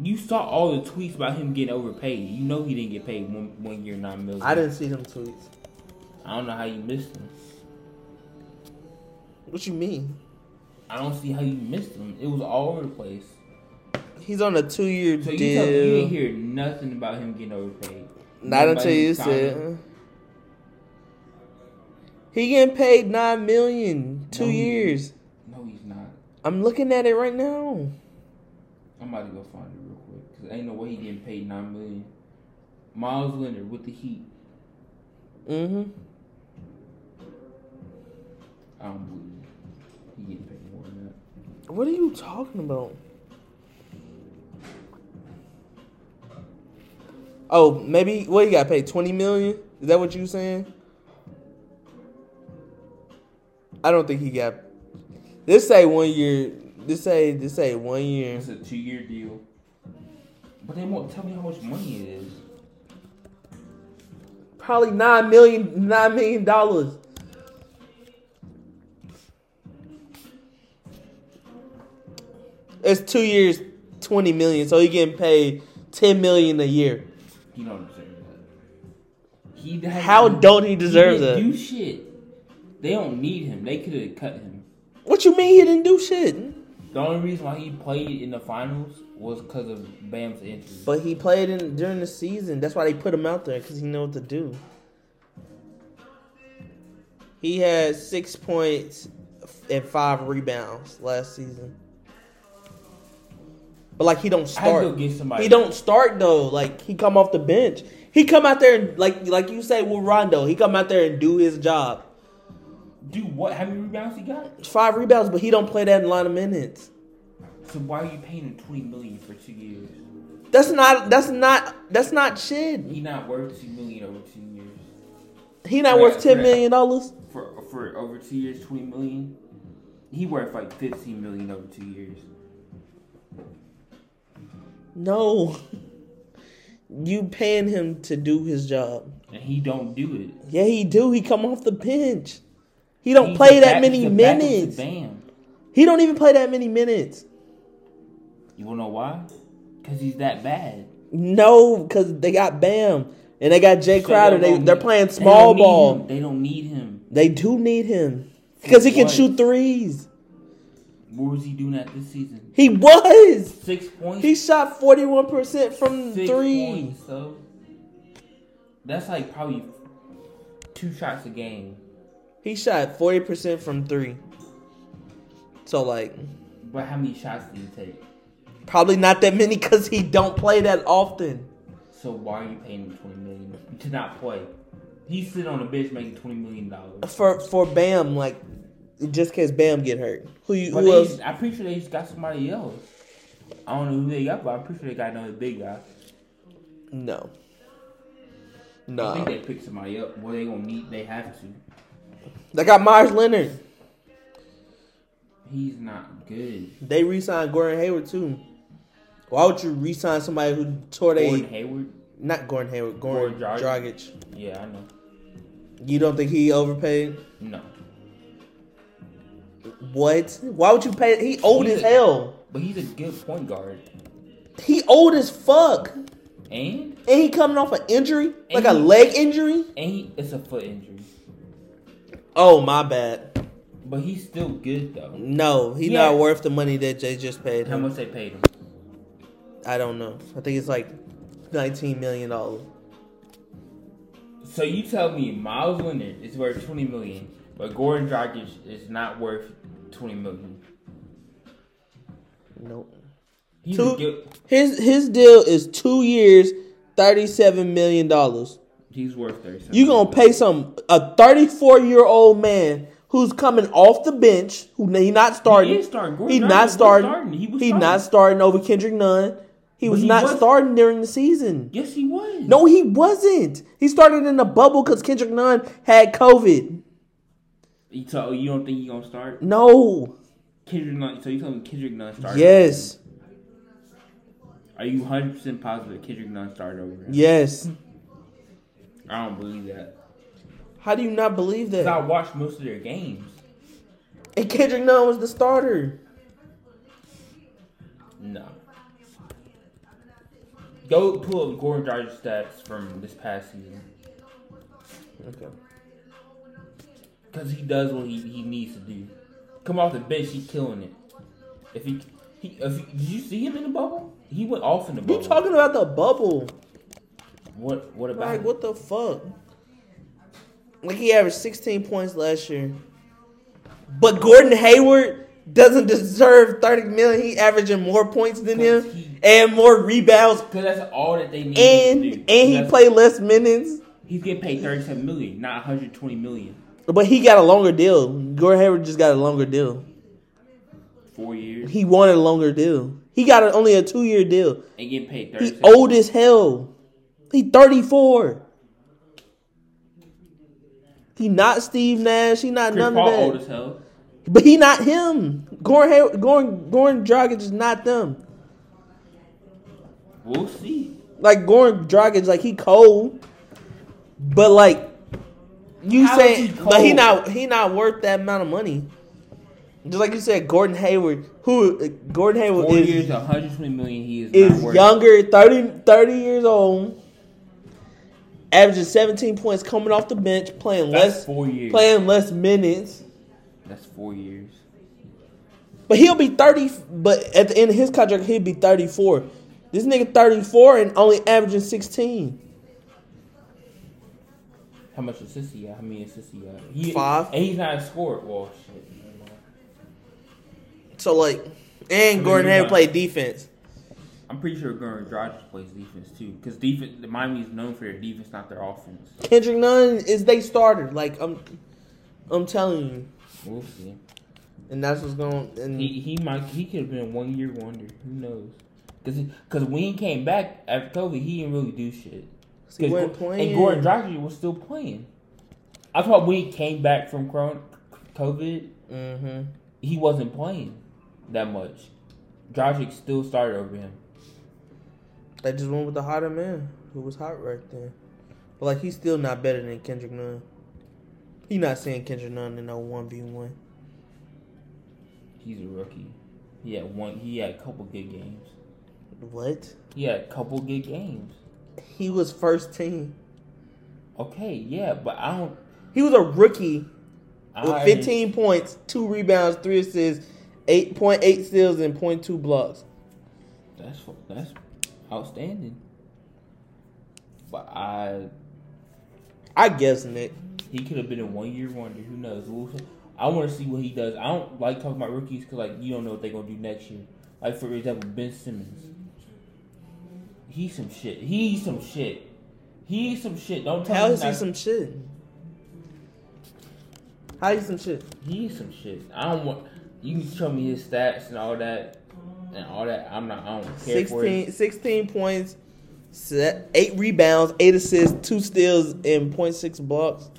Speaker 2: You saw all the tweets about him getting overpaid. You know he didn't get paid one one year nine million.
Speaker 1: I didn't see them tweets.
Speaker 2: I don't know how you missed him.
Speaker 1: What you mean?
Speaker 2: I don't see how you missed him. It was all over the place.
Speaker 1: He's on a two year
Speaker 2: So you,
Speaker 1: deal.
Speaker 2: tell, you didn't hear nothing about him getting overpaid.
Speaker 1: Not
Speaker 2: Nobody
Speaker 1: until you
Speaker 2: signed him.
Speaker 1: said. He getting paid nine million two
Speaker 2: No, he
Speaker 1: years.
Speaker 2: No, he's not.
Speaker 1: I'm looking at it right now.
Speaker 2: I'm about to go find it real quick because ain't no way he getting paid nine million. Miles Leonard with the Heat.
Speaker 1: hmm
Speaker 2: I don't believe he getting paid more than that.
Speaker 1: What are you talking about? Oh, maybe what you got paid twenty million? Is that what you saying? I don't think he got. This say one year. This say this say one year.
Speaker 2: It's a two year deal, but they won't tell me how much money it is.
Speaker 1: Probably nine million nine million dollars. It's two years, twenty million. So he getting paid ten million a year.
Speaker 2: He don't deserve that. He hasn't-
Speaker 1: How don't he deserve
Speaker 2: he didn't
Speaker 1: that?
Speaker 2: Do shit. They don't need him. They could have cut him.
Speaker 1: What you mean he didn't do shit?
Speaker 2: The only reason why he played in the finals was because of Bam's injury.
Speaker 1: But he played in during the season. That's why they put him out there because he know what to do. He had six points and five rebounds last season. But like he don't
Speaker 2: I had to go
Speaker 1: start.
Speaker 2: get somebody.
Speaker 1: He don't start though. Like he come off the bench. He come out there and like like you say with Rondo. He come out there and do his job.
Speaker 2: do what? How many rebounds he got?
Speaker 1: Five rebounds, but he don't play that in a lot of minutes.
Speaker 2: So why are you paying him twenty million for two years?
Speaker 1: That's not. That's not. That's not shit.
Speaker 2: He not worth two million over two years.
Speaker 1: He not
Speaker 2: Yeah,
Speaker 1: worth ten
Speaker 2: yeah.
Speaker 1: million dollars.
Speaker 2: For for over two years, twenty million. He worth like fifteen million over two years.
Speaker 1: No, you paying him to do his job.
Speaker 2: And he don't do it.
Speaker 1: Yeah, he do. He come off the bench. He don't
Speaker 2: He's
Speaker 1: play
Speaker 2: the
Speaker 1: that
Speaker 2: back-
Speaker 1: many
Speaker 2: the backup to
Speaker 1: minutes.
Speaker 2: Bam.
Speaker 1: He don't even play that many minutes.
Speaker 2: You wanna know why? Cause he's that bad.
Speaker 1: No, because they got Bam and they got Jay
Speaker 2: So
Speaker 1: Crowder.
Speaker 2: don't
Speaker 1: They
Speaker 2: need-
Speaker 1: they're playing
Speaker 2: they
Speaker 1: small
Speaker 2: don't need
Speaker 1: ball.
Speaker 2: him. They don't need him.
Speaker 1: They do need him because he can
Speaker 2: What?
Speaker 1: shoot threes.
Speaker 2: What was he doing at this season?
Speaker 1: He was.
Speaker 2: Six points.
Speaker 1: He shot forty one percent from
Speaker 2: Six
Speaker 1: three.
Speaker 2: points, so that's like probably two shots a game.
Speaker 1: He shot forty percent from three. So like.
Speaker 2: But how many shots do you take?
Speaker 1: Probably not that many because he don't play that often.
Speaker 2: So why are you paying him twenty million to not play? He's sitting on the bench making twenty million dollars.
Speaker 1: For for Bam, like just case Bam get hurt. Who you
Speaker 2: But
Speaker 1: who else?
Speaker 2: they, I'm pretty sure they just got somebody else. I don't know who they got, but I'm pretty sure they got another big guy.
Speaker 1: No.
Speaker 2: I
Speaker 1: No.
Speaker 2: think they picked somebody up. Well, they gonna need. They have to.
Speaker 1: They got Myers Leonard.
Speaker 2: He's not good.
Speaker 1: They re-signed Gordon Hayward too. Why would you re-sign somebody who tore
Speaker 2: Gordon
Speaker 1: they
Speaker 2: Hayward.
Speaker 1: not Gordon Hayward, Gordon
Speaker 2: Gordon
Speaker 1: Dragic.
Speaker 2: Dragic. Yeah, I know.
Speaker 1: You don't think he overpaid?
Speaker 2: No,
Speaker 1: What? Why would you pay? He old
Speaker 2: He's
Speaker 1: as
Speaker 2: a-
Speaker 1: hell.
Speaker 2: But he's a good point guard.
Speaker 1: He old as fuck, and
Speaker 2: And
Speaker 1: he coming off an injury, like a
Speaker 2: And he-
Speaker 1: leg injury.
Speaker 2: and he, it's a foot injury.
Speaker 1: Oh my bad.
Speaker 2: But he's still good though.
Speaker 1: No, he
Speaker 2: Yeah.
Speaker 1: not worth the money that they just paid
Speaker 2: How
Speaker 1: him.
Speaker 2: much they paid him?
Speaker 1: I don't know. I think it's like nineteen million dollars.
Speaker 2: So you tell me Miles Leonard is worth twenty million, but Gordon Dragic is not worth twenty million.
Speaker 1: Nope.
Speaker 2: He's
Speaker 1: Two-
Speaker 2: a good,
Speaker 1: His his deal is two years, thirty seven million dollars.
Speaker 2: he's worth thirty seven.
Speaker 1: You gonna pay some a thirty four year old man who's coming off the bench, who he not starting.
Speaker 2: He is starting. Gordon
Speaker 1: He
Speaker 2: Dragic
Speaker 1: not
Speaker 2: was
Speaker 1: starting.
Speaker 2: starting.
Speaker 1: He,
Speaker 2: He was
Speaker 1: not
Speaker 2: starting.
Speaker 1: starting over Kendrick Nunn. He
Speaker 2: But
Speaker 1: was
Speaker 2: he
Speaker 1: not
Speaker 2: was-
Speaker 1: starting during the season.
Speaker 2: Yes, he was.
Speaker 1: No, he wasn't. He started in the bubble because Kendrick Nunn had COVID.
Speaker 2: You tell, you don't think he's gonna start?
Speaker 1: No.
Speaker 2: Kendrick Nunn. So you tell me Kendrick Nunn started?
Speaker 1: Yes.
Speaker 2: Are you hundred percent positive Kendrick Nunn started over him?
Speaker 1: Yes.
Speaker 2: I don't believe that.
Speaker 1: How do you not believe
Speaker 2: 'Cause I
Speaker 1: that?
Speaker 2: watched most of their games.
Speaker 1: And Kendrick Nunn was the starter.
Speaker 2: No. Go pull up Gordon Dragic's stats from this past season.
Speaker 1: Okay.
Speaker 2: Because he does what he, he needs to do. Come off the bench, he's killing it. If he, he if he, did you see him in the bubble? He went off in the
Speaker 1: You
Speaker 2: bubble.
Speaker 1: talking about the bubble?
Speaker 2: what what about
Speaker 1: Like
Speaker 2: him?
Speaker 1: what the fuck? Like he averaged 16 points last year. But Gordon Hayward doesn't deserve 30 million. He averaging more points than
Speaker 2: Cause he-
Speaker 1: him and more rebounds.
Speaker 2: Because that's all that they need
Speaker 1: And
Speaker 2: him to do.
Speaker 1: and he
Speaker 2: That's-
Speaker 1: played less minutes.
Speaker 2: He's getting paid thirty-seven million, not one hundred twenty million.
Speaker 1: But he got a longer deal. Gordon Hayward just got a longer deal.
Speaker 2: Four years
Speaker 1: He wanted a longer deal. He got a, only a two year deal.
Speaker 2: and getting paid
Speaker 1: He
Speaker 2: thirty-seven.
Speaker 1: old as hell. He 34. He not Steve Nash. He not
Speaker 2: Chris
Speaker 1: none
Speaker 2: Paul
Speaker 1: of that.
Speaker 2: old as hell.
Speaker 1: But he not him. Goran Hay- Goran Goran Dragic is not them.
Speaker 2: We'll see.
Speaker 1: Like Goran Dragic, like he cold, but like you
Speaker 2: How
Speaker 1: saying,
Speaker 2: is he
Speaker 1: but he
Speaker 2: cold?
Speaker 1: not he not worth that amount of money. Just like you said, Gordon Hayward, who uh, Gordon Hayward
Speaker 2: Four
Speaker 1: is,
Speaker 2: years, one hundred twenty million. He is,
Speaker 1: is
Speaker 2: not worth.
Speaker 1: younger, 30, 30 years old, averaging seventeen points, coming off the bench, playing
Speaker 2: That's
Speaker 1: less,
Speaker 2: four years.
Speaker 1: playing less minutes.
Speaker 2: That's four years.
Speaker 1: But he'll be 30, but at the end of his contract, he'll be 34. This nigga 34 and only averaging 16.
Speaker 2: How much assists he got? How many assists he got? He,
Speaker 1: Five.
Speaker 2: And he's not a scorer. Well, shit.
Speaker 1: So, like, and Gordon Hayward played defense.
Speaker 2: I'm pretty sure Gordon Dragic plays defense too, because defense. The Miami is known for their defense, not their offense.
Speaker 1: Kendrick Nunn is they starter. Like, I'm I'm telling you.
Speaker 2: We'll see.
Speaker 1: And that's what's going and
Speaker 2: He he might he could have been a one year wonder. Who knows? Because because when he came back after COVID, he didn't really do shit.
Speaker 1: he
Speaker 2: 'Cause
Speaker 1: wasn't
Speaker 2: Gor-
Speaker 1: playing.
Speaker 2: And Gordon Dragic was still playing. I thought when he came back from Cron- COVID,
Speaker 1: hmm
Speaker 2: he wasn't playing that much. Dragic still started over him.
Speaker 1: They just went with the hotter man who was hot right then. But, like, he's still not better than Kendrick Nunn. He not seeing Kendrick Nunn in no 1v1.
Speaker 2: He's a rookie. He had one. He had a couple good games.
Speaker 1: What?
Speaker 2: He had a couple good games.
Speaker 1: He was first team.
Speaker 2: Okay, yeah, but I don't.
Speaker 1: He was a rookie
Speaker 2: I
Speaker 1: with 15 points, two rebounds, three assists, 8.8 steals, and 0.2 blocks.
Speaker 2: That's fu- that's outstanding. But I
Speaker 1: I guess, Nick.
Speaker 2: He could have been a one year wonder. Who knows? We'll- I want to see what he does. I don't like talking about rookies because like you don't know what they're gonna do next year. Like for example, Ben Simmons. He's some shit. He's some shit. He's some shit. Don't tell
Speaker 1: How
Speaker 2: me
Speaker 1: is he
Speaker 2: not-
Speaker 1: some shit? How is he some shit?
Speaker 2: He's some shit. I don't want. You can show me his stats and all that, and all that. I'm not. I don't care for it.
Speaker 1: 16, 16 points, se- 8 rebounds, 8 assists, 2 steals, and 0.6 blocks.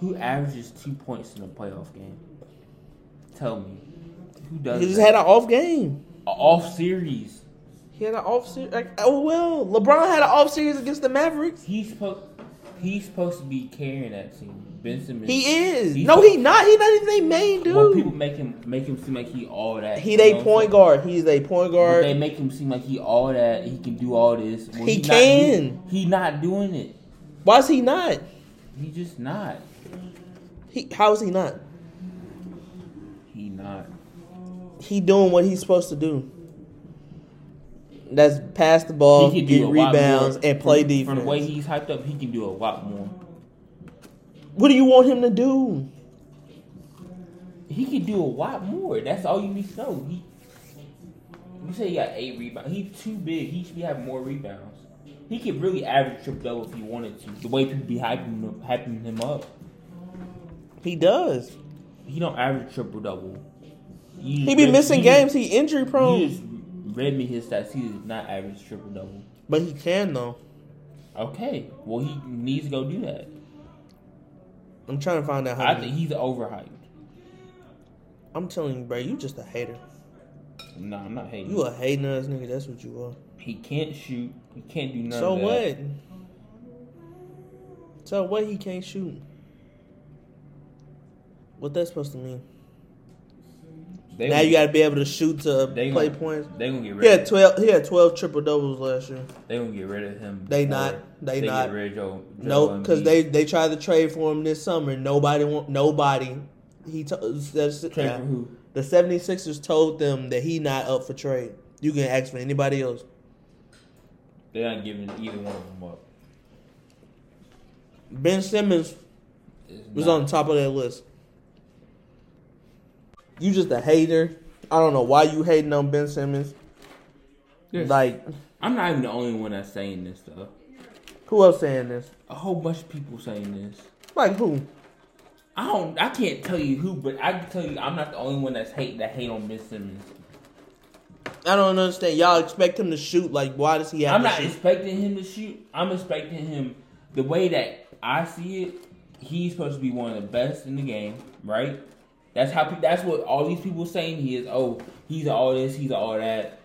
Speaker 2: Who averages two points in a playoff game? Tell me. Who does?
Speaker 1: He just
Speaker 2: that?
Speaker 1: had an off game.
Speaker 2: A off series.
Speaker 1: He had an off series. Like, oh, well. LeBron had an off series against the Mavericks.
Speaker 2: He's supposed he's supposed to be carrying that team. Ben Simmons.
Speaker 1: He is.
Speaker 2: He's-
Speaker 1: no, he not. He not even they main dude.
Speaker 2: Well, people make him make him seem like he all that.
Speaker 1: he
Speaker 2: you know
Speaker 1: they
Speaker 2: what I'm
Speaker 1: point
Speaker 2: saying?
Speaker 1: guard. He's a point
Speaker 2: But They
Speaker 1: guard.
Speaker 2: make him seem like he all that. He can do all this. Well,
Speaker 1: He
Speaker 2: not
Speaker 1: can.
Speaker 2: do- he not doing it.
Speaker 1: Why is he not?
Speaker 2: He just not.
Speaker 1: He how is he not?
Speaker 2: He not.
Speaker 1: He doing what he's supposed to do. That's pass the ball,
Speaker 2: he can
Speaker 1: get
Speaker 2: do a lot
Speaker 1: rebounds,
Speaker 2: more.
Speaker 1: and play
Speaker 2: from,
Speaker 1: defense.
Speaker 2: From the way he's hyped up, he can do a lot more.
Speaker 1: what do you want him to do?
Speaker 2: He can do a lot more. That's all you need to know. He, you say he got eight rebounds. He's too big. He should be having more rebounds. He could really average triple double if he wanted to. The way people be hyping him, hyping him up,
Speaker 1: He does.
Speaker 2: he don't average triple double.
Speaker 1: He be missing games. He injury
Speaker 2: You
Speaker 1: prone,
Speaker 2: just read me his stats. He does not average triple double.
Speaker 1: but he can though.
Speaker 2: Okay, well he needs to go do that.
Speaker 1: I'm trying to find out how.
Speaker 2: I
Speaker 1: to-
Speaker 2: think he's overhyped.
Speaker 1: I'm telling you, bro, you just a hater.
Speaker 2: No, I'm not hating.
Speaker 1: You a hating ass nigga. That's what you are.
Speaker 2: He can't shoot. He can't do nothing.
Speaker 1: so what? So what? He can't shoot. What that's supposed to mean?
Speaker 2: They
Speaker 1: now
Speaker 2: gonna-
Speaker 1: you got to be able to shoot to
Speaker 2: they
Speaker 1: play
Speaker 2: gonna,
Speaker 1: points.
Speaker 2: They gonna get rid.
Speaker 1: He had
Speaker 2: of,
Speaker 1: twelve. He had twelve triple doubles last year.
Speaker 2: they gonna get rid of him.
Speaker 1: They
Speaker 2: before
Speaker 1: not. They
Speaker 2: Get
Speaker 1: not.
Speaker 2: rid of Joe, Joe
Speaker 1: No, because
Speaker 2: Embiid.
Speaker 1: they they tried to trade for him this summer. Nobody want nobody. He to, that's,
Speaker 2: trade for who?
Speaker 1: the 76ers told them that he not up for trade. You can ask for anybody else.
Speaker 2: They're not giving either one of them up.
Speaker 1: Ben Simmons
Speaker 2: It's
Speaker 1: was
Speaker 2: not-
Speaker 1: on the top of that list. You just a hater. I don't know why you hating on Ben Simmons.
Speaker 2: Yes.
Speaker 1: Like
Speaker 2: I'm not even the only one that's saying this though.
Speaker 1: who else saying this?
Speaker 2: A whole bunch of people saying this.
Speaker 1: Like who?
Speaker 2: I don't. I can't tell you who, but I can tell you I'm not the only one that's hate that hate on Ben Simmons.
Speaker 1: I don't understand. Y'all expect him to shoot. Like why does he have
Speaker 2: I'm
Speaker 1: to
Speaker 2: not
Speaker 1: shoot?
Speaker 2: expecting him to shoot. I'm expecting him the way that I see it. He's supposed to be one of the best in the game, right? That's how. Pe- that's what all these people saying. He is. Oh, he's all this. He's all that.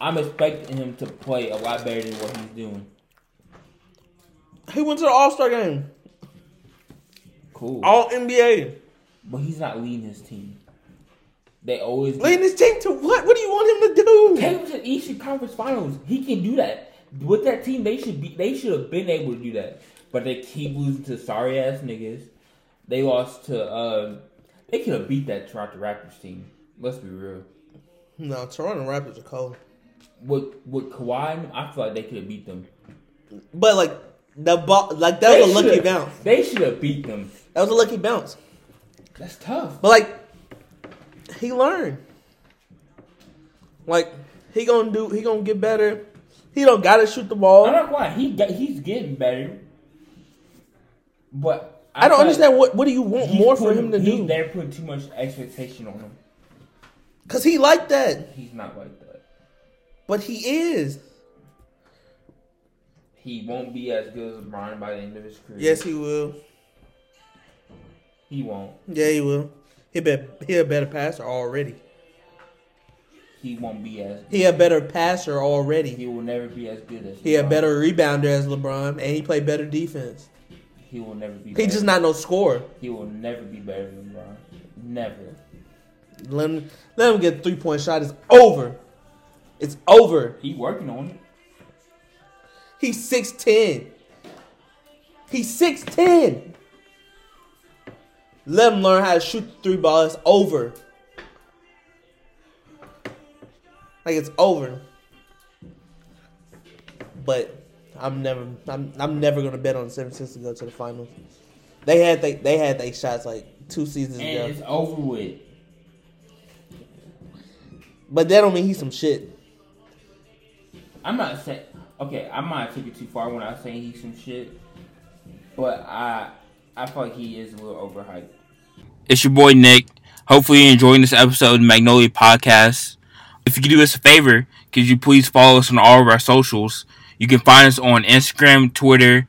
Speaker 2: I'm expecting him to play a lot better than what he's doing.
Speaker 1: He went to the All Star game.
Speaker 2: Cool,
Speaker 1: All NBA.
Speaker 2: but he's not leading his team. They always
Speaker 1: Leading his team to what? What do you want him to do?
Speaker 2: Take him to the Eastern Conference Finals. He can do that. With that team, they should be. They should have been able to do that, but they keep losing to sorry ass niggas. They lost to. Uh, they could have beat that Toronto Raptors team. Let's be real.
Speaker 1: No, Toronto Raptors are cold.
Speaker 2: With with Kawhi, and them, I feel like they could have beat them.
Speaker 1: But like the ball, like that was
Speaker 2: They
Speaker 1: a lucky
Speaker 2: should've-
Speaker 1: bounce.
Speaker 2: They should have beat them.
Speaker 1: That was a lucky bounce.
Speaker 2: That's tough.
Speaker 1: But like, he learned. Like he gonna do. He gonna get better. He don't gotta shoot the
Speaker 2: I'm
Speaker 1: ball.
Speaker 2: not why he got, he's getting better, but
Speaker 1: I don't
Speaker 2: feel like
Speaker 1: understand what. What do you want
Speaker 2: he's
Speaker 1: more for
Speaker 2: putting-
Speaker 1: him to
Speaker 2: he's-
Speaker 1: do?
Speaker 2: They're putting too much expectation on him.
Speaker 1: Cause he like that,
Speaker 2: He's not like that.
Speaker 1: but he is.
Speaker 2: He won't be as good as LeBron by the end of his career.
Speaker 1: Yes, he will.
Speaker 2: he won't.
Speaker 1: Yeah, he will. He be he a better passer already.
Speaker 2: He won't be as.
Speaker 1: He a better passer already.
Speaker 2: He will never be as good as.
Speaker 1: He a
Speaker 2: LeBron.
Speaker 1: better rebounder as LeBron, and he play better defense.
Speaker 2: He will never be.
Speaker 1: He
Speaker 2: better.
Speaker 1: just not no scorer.
Speaker 2: He will never be better than LeBron. Never.
Speaker 1: Let him let him get a three point shot. It's over. It's over.
Speaker 2: He working on it.
Speaker 1: He's six ten. He's six ten. Let him learn how to shoot the three ball. It's over. Like it's over. But I'm never I'm I'm never gonna bet on the 76 to go to the finals. They had they they had they shots like two seasons
Speaker 2: And
Speaker 1: ago.
Speaker 2: it's over with.
Speaker 1: But that don't mean he's some shit.
Speaker 2: I'm not saying. Okay, I might have took it too far when I was saying he's some shit, but I I feel like he is a little overhyped.
Speaker 3: It's your boy Nick. Hopefully you're enjoying this episode of Magnolia Podcast. If you could do us a favor, could you please follow us on all of our socials? You can find us on Instagram, Twitter,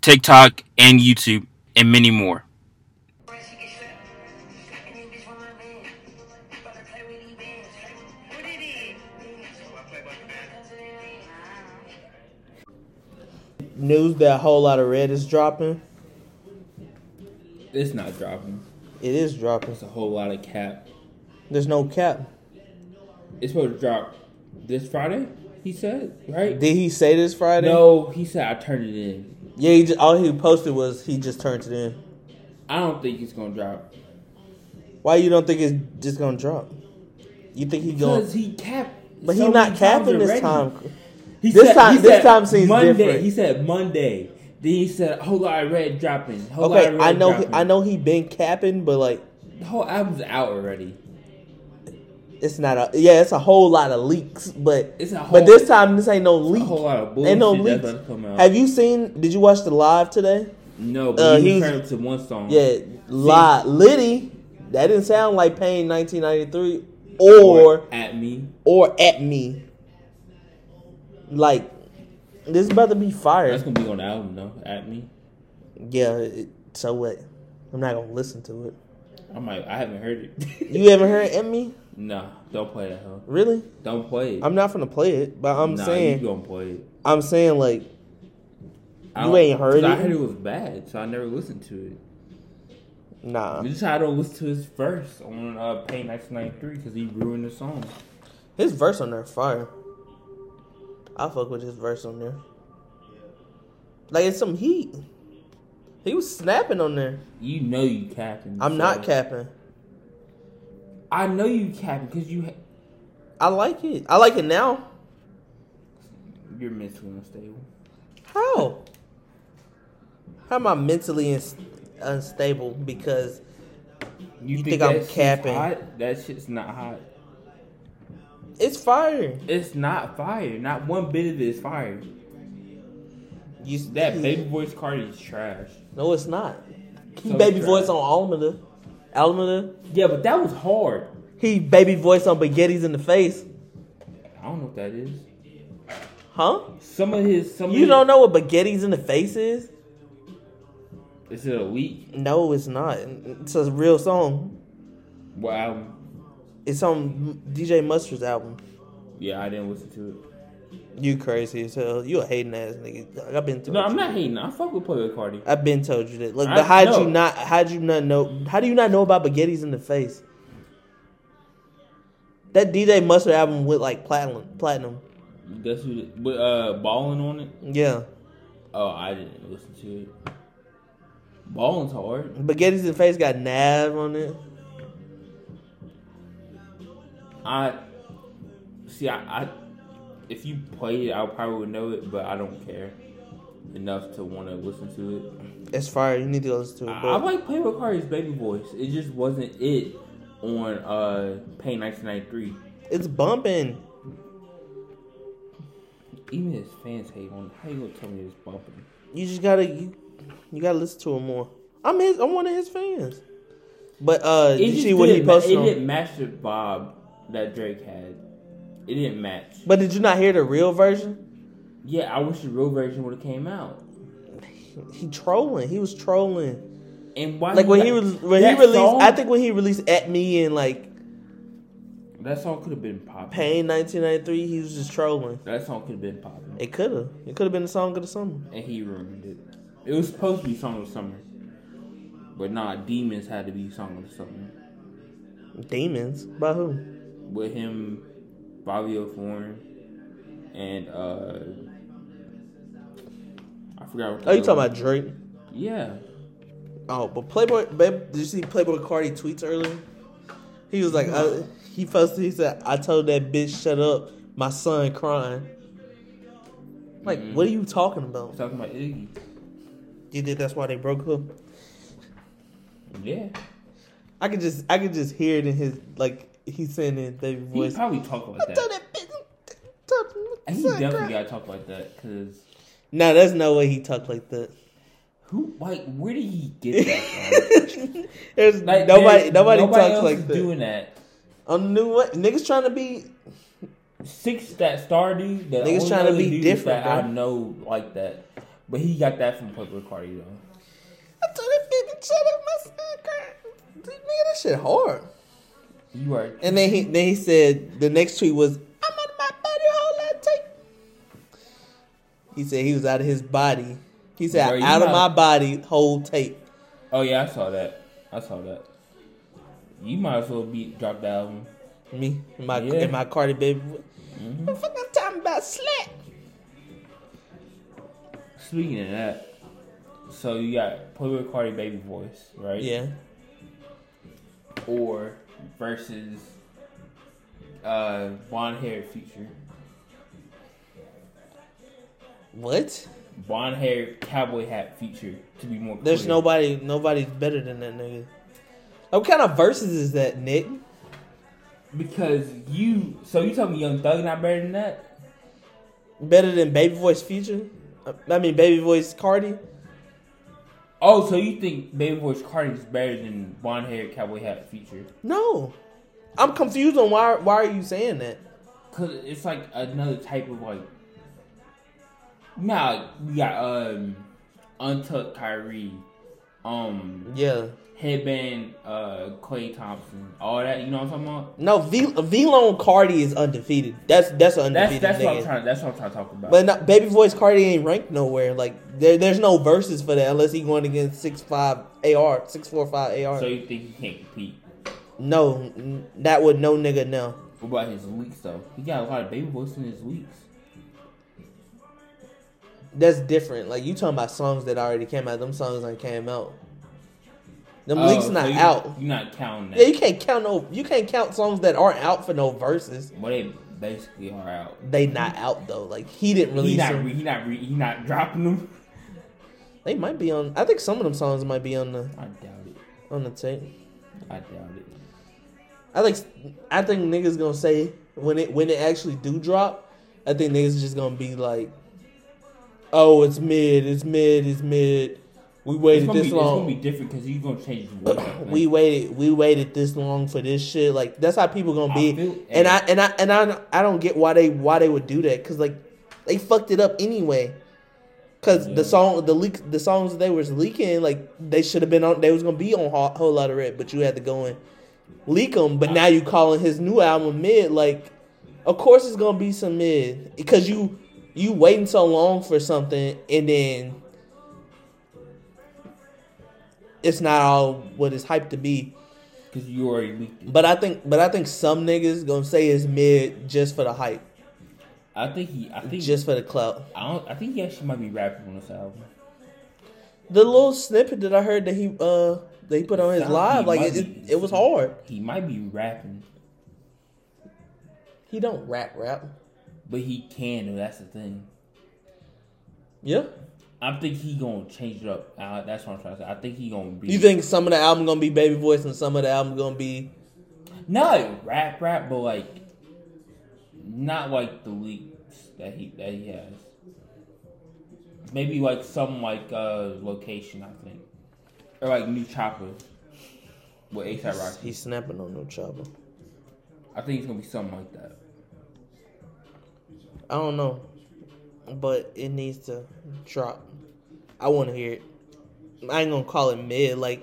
Speaker 3: TikTok, and YouTube, and many more.
Speaker 4: What it is? So I play by the man.
Speaker 1: news that a whole lot of red is dropping.
Speaker 2: It's not dropping.
Speaker 1: It is dropping.
Speaker 2: It's a whole lot of cap.
Speaker 1: There's no cap.
Speaker 2: It's supposed to drop this Friday. He said, right?
Speaker 1: Did he say this Friday?
Speaker 2: No, he said I turned it in.
Speaker 1: Yeah, he just, all he posted was he just turned it in.
Speaker 2: I don't think it's gonna drop
Speaker 1: Why you don't think it's just gonna drop? You think he going?
Speaker 2: because he capped.
Speaker 1: But
Speaker 2: so
Speaker 1: he
Speaker 2: many
Speaker 1: not
Speaker 2: times
Speaker 1: capping this
Speaker 2: already.
Speaker 1: time.
Speaker 2: He
Speaker 1: This
Speaker 2: said-
Speaker 1: time-
Speaker 2: he
Speaker 1: this
Speaker 2: said
Speaker 1: time seems
Speaker 2: Monday.
Speaker 1: different.
Speaker 2: He said Monday. Then he said whole lot of red dropping. Whole lot
Speaker 1: Okay,
Speaker 2: of red
Speaker 1: I know he,
Speaker 2: dropping.
Speaker 1: I know he been capping, but like
Speaker 2: The whole album's out already.
Speaker 1: it's not a yeah, it's a whole lot of leaks. But
Speaker 2: It's a whole.
Speaker 1: but this time this ain't no
Speaker 2: a
Speaker 1: leak.
Speaker 2: whole lot of bullshit.
Speaker 1: Ain't no
Speaker 2: that's
Speaker 1: leaks.
Speaker 2: about to come out.
Speaker 1: Have you seen? Did you watch the live today?
Speaker 2: No, but
Speaker 1: Uh,
Speaker 2: he
Speaker 1: he's-
Speaker 2: turned up to one song.
Speaker 1: Yeah, live Liddy. That didn't sound like Pain 1993 or
Speaker 2: at me.
Speaker 1: or at me. Like, this about to be
Speaker 2: That's
Speaker 1: fire.
Speaker 2: gonna be on the album though. At me.
Speaker 1: Yeah, it, so what? I'm not gonna listen to it.
Speaker 2: I might. I haven't heard it.
Speaker 1: You haven't heard at me?
Speaker 2: nah, don't play that. Hell.
Speaker 1: Really?
Speaker 2: Don't play it.
Speaker 1: I'm not gonna play it, but I'm
Speaker 2: nah,
Speaker 1: saying,
Speaker 2: you gonna play it.
Speaker 1: I'm saying like,
Speaker 2: I
Speaker 1: You
Speaker 2: don't-
Speaker 1: ain't heard
Speaker 2: 'cause I
Speaker 1: it?
Speaker 2: heard it was bad, so I never listened to it.
Speaker 1: nah.
Speaker 2: We just tried to listen to his verse on uh, Pain 1993 because he ruined the song.
Speaker 1: His verse on there fire. I fuck with his verse on there. Like it's some heat. He was snapping on there.
Speaker 2: You know you capping.
Speaker 1: I'm not
Speaker 2: so-
Speaker 1: capping.
Speaker 2: I know you capping because you ha-
Speaker 1: I like it. I like it now.
Speaker 2: you're mentally unstable.
Speaker 1: How? How am I mentally ins- unstable because You think I'm
Speaker 2: shit's
Speaker 1: capping?
Speaker 2: Hot? That shit's not hot.
Speaker 1: it's fire?
Speaker 2: It's not fire. Not one bit of it is fire.
Speaker 1: You
Speaker 2: That baby voice Cardi is trash.
Speaker 1: No, it's not. He
Speaker 2: So
Speaker 1: baby
Speaker 2: trash.
Speaker 1: voice on Almada. Almada.
Speaker 2: Yeah, but that was hard.
Speaker 1: He baby voice on Baguetti's in the face.
Speaker 2: I don't know what that is.
Speaker 1: Huh?
Speaker 2: Some of his some.
Speaker 1: You
Speaker 2: of
Speaker 1: don't know what Baguetti's in the face is?
Speaker 2: His, is it a leak?
Speaker 1: No, it's not. It's a real song.
Speaker 2: What album?
Speaker 1: It's on DJ Mustard's album.
Speaker 2: Yeah, I didn't listen to it.
Speaker 1: You crazy as hell. You a hating ass nigga. Like, I've been told
Speaker 2: No,
Speaker 1: you.
Speaker 2: I'm not hating. I fuck with Play with Cardi.
Speaker 1: I've been told you that. Look,
Speaker 2: I
Speaker 1: but how'd you
Speaker 2: know.
Speaker 1: not? How'd you not know? How do you not know about Baguetti's in the face? That DJ Mustard album with like platinum, platinum.
Speaker 2: That's who. the- But uh, balling on it.
Speaker 1: Yeah,
Speaker 2: Oh, I didn't listen to it. Balling's hard.
Speaker 1: Baguetti's in the face got Nav on it.
Speaker 2: I see. I, I if you played it, I probably would know it, but I don't care enough to want to listen to it.
Speaker 1: It's fire. You need to go listen to it.
Speaker 2: I,
Speaker 1: But
Speaker 2: I like Play with Cardi's baby voice. It just wasn't it on uh Pain 1993.
Speaker 1: it's bumping.
Speaker 2: Even his fans hate on. it. How you gonna tell me it's bumping?
Speaker 1: You just gotta you, you gotta listen to him more. I'm his. I'm one of his fans. But uh,
Speaker 2: It
Speaker 1: did you
Speaker 2: just
Speaker 1: see what he
Speaker 2: didn't ma-
Speaker 1: posted?
Speaker 2: It
Speaker 1: on-
Speaker 2: didn't match the vibe that Drake had. It didn't match.
Speaker 1: But did you not hear the real version?
Speaker 2: Yeah, I wish the real version would have came out.
Speaker 1: He trolling. He was trolling.
Speaker 2: And why?
Speaker 1: like when
Speaker 2: let-
Speaker 1: he was when he
Speaker 2: that
Speaker 1: released
Speaker 2: song-
Speaker 1: I think when he released at me in like
Speaker 2: that song could have been popping.
Speaker 1: Pain 1993 he was just trolling.
Speaker 2: That song could have been popping,
Speaker 1: It could have it could have been the song of the summer.
Speaker 2: and he ruined it. It was supposed to be song of the summer, but nah, demons had to be song of the summer
Speaker 1: Demons by who?
Speaker 2: with him, Fabio Foreign, and uh, I forgot. What the
Speaker 1: Oh, you
Speaker 2: other
Speaker 1: talking
Speaker 2: one-
Speaker 1: about Drake?
Speaker 2: Yeah,
Speaker 1: Oh, but Playboy babe, did you see Playboy Cardi tweets earlier? He was like uh, he posted he said I told that bitch shut up my son crying. Like
Speaker 2: Mhm.
Speaker 1: what are you talking about?
Speaker 2: talking about Iggy.
Speaker 1: You think that's why they broke up?
Speaker 2: Yeah,
Speaker 1: I could just I could just hear it in his like he's saying it in their
Speaker 2: he
Speaker 1: voice.
Speaker 2: probably talk
Speaker 1: I
Speaker 2: about
Speaker 1: told
Speaker 2: that.
Speaker 1: that bitch. told my
Speaker 2: He
Speaker 1: son
Speaker 2: definitely
Speaker 1: cry.
Speaker 2: gotta talk like that because
Speaker 1: No, there's no way he talked like that.
Speaker 2: who? Like, where did he get that from?
Speaker 1: there's
Speaker 2: Like,
Speaker 1: nobody,
Speaker 2: there's-
Speaker 1: nobody, talks
Speaker 2: else
Speaker 1: like
Speaker 2: is
Speaker 1: that.
Speaker 2: doing that.
Speaker 1: On the new one, niggas trying to be.
Speaker 2: six that star dude that
Speaker 1: Niggas
Speaker 2: only
Speaker 1: tryna
Speaker 2: other
Speaker 1: be
Speaker 2: dudes
Speaker 1: different,
Speaker 2: that
Speaker 1: bro.
Speaker 2: I know like that. But he got that from Playboy Cardi though.
Speaker 1: I told that baby, shut up, my son crying. Dude, Nigga, that shit hard.
Speaker 2: You are
Speaker 1: And then he, then he said the next tweet was, "I'm out of my body, whole lot take." He said he was out of his body. He said,
Speaker 2: Bro, you
Speaker 1: "Out of
Speaker 2: not-
Speaker 1: my body, whole tape."
Speaker 2: Oh yeah, I saw that. I saw that. You might as well be drop the album.
Speaker 1: Me and my
Speaker 2: Yeah. Mm-hmm.
Speaker 1: and my Cardi baby. The fuck I'm talking about slick.
Speaker 2: Speaking of that, so you got Playboy Cardi baby voice, right?
Speaker 1: Yeah.
Speaker 2: Or versus uh blonde haired future.
Speaker 1: What?
Speaker 2: Blonde haired cowboy hat future to be more
Speaker 1: There's
Speaker 2: clear.
Speaker 1: nobody. Nobody's better than that nigga. What kind of verses is that, Nick?
Speaker 2: because you so you tell me Young Thug not better than that?
Speaker 1: Better than Baby Voice Future? I mean, Baby Voice Cardi.
Speaker 2: Oh, so you think Baby Voice Cardi is better than blonde haired cowboy hat future?
Speaker 1: No, I'm confused on why. Why are you saying that?
Speaker 2: Cause it's like another type of like. Nah, we got um, untucked Kyrie, um,
Speaker 1: Yeah.
Speaker 2: headband uh, Clay Thompson, all that. You know what I'm talking about?
Speaker 1: No, V Vlone Cardi is undefeated. That's that's an
Speaker 2: That's
Speaker 1: undefeated
Speaker 2: that's what I'm
Speaker 1: nigga.
Speaker 2: trying. That's what I'm trying to talk about.
Speaker 1: But not, Baby Voice Cardi ain't ranked nowhere. Like there, there's no verses for that unless he going against six five AR six four five AR.
Speaker 2: so you think he can't compete?
Speaker 1: no, n- that would no nigga know.
Speaker 2: What about his leaks though? He got a lot of baby voice in his leaks.
Speaker 1: That's different. Like you talking about songs that already came out. Them songs that came out. Them
Speaker 2: Oh,
Speaker 1: leaks
Speaker 2: so
Speaker 1: not
Speaker 2: you-
Speaker 1: out.
Speaker 2: You're not counting that.
Speaker 1: Yeah, you can't count no. You can't count songs that aren't out for no verses.
Speaker 2: well, they basically are out.
Speaker 1: They not out though. Like he didn't
Speaker 2: He
Speaker 1: release
Speaker 2: not
Speaker 1: them.
Speaker 2: re, he not re, he not dropping them.
Speaker 1: They might be on. I think some of them songs might be on the
Speaker 2: I doubt it.
Speaker 1: on the tape.
Speaker 2: I doubt it.
Speaker 1: I think I think niggas gonna say when it when it actually do drop. I think niggas just gonna be like, "Oh, it's mid. It's mid. It's mid. We
Speaker 2: It's
Speaker 1: waited
Speaker 2: gonna,
Speaker 1: this
Speaker 2: be, it's
Speaker 1: long.
Speaker 2: gonna be different because he's gonna change his voice. I think.
Speaker 1: we waited. We waited this long for this shit. Like that's how people gonna
Speaker 2: I
Speaker 1: be.
Speaker 2: feel-
Speaker 1: and I and I and I I don't get why they why they would do that because like they fucked it up anyway. Cause
Speaker 2: Yeah.
Speaker 1: the song, the leak, the songs that they was leaking, like they should have been on. They was gonna be on whole, whole lot of red, but you had to go and leak them. But now you calling his new album mid? Like, of course it's gonna be some mid because you you waiting so long for something and then it's not all what it's hyped to be.
Speaker 2: Because you already leaked it.
Speaker 1: But I think, but I think some niggas gonna say it's mid just for the hype,
Speaker 2: I think he. I think.
Speaker 1: just for the clout.
Speaker 2: I don't. I think he actually might be rapping on this album.
Speaker 1: The little snippet that I heard that he uh that he put on his
Speaker 2: Sound-
Speaker 1: live,
Speaker 2: he
Speaker 1: like it,
Speaker 2: might
Speaker 1: it,
Speaker 2: be-
Speaker 1: it was hard.
Speaker 2: He might be rapping,
Speaker 1: He don't rap rap.
Speaker 2: but he can. Though that's the thing.
Speaker 1: Yeah.
Speaker 2: I think he gonna change it up. Uh, that's what I'm trying to say. I think he gonna be.
Speaker 1: You think some of the album gonna be baby voice and some of the album gonna be
Speaker 2: not like rap, rap, but like not like the leaks that he that he has. Maybe like some like uh location, I think, or like new chopper with ASAP Rocky.
Speaker 1: he's snapping on no trouble.
Speaker 2: I think it's gonna be something like that.
Speaker 1: I don't know, but it needs to drop. I want to hear it. I ain't gonna call it mid. Like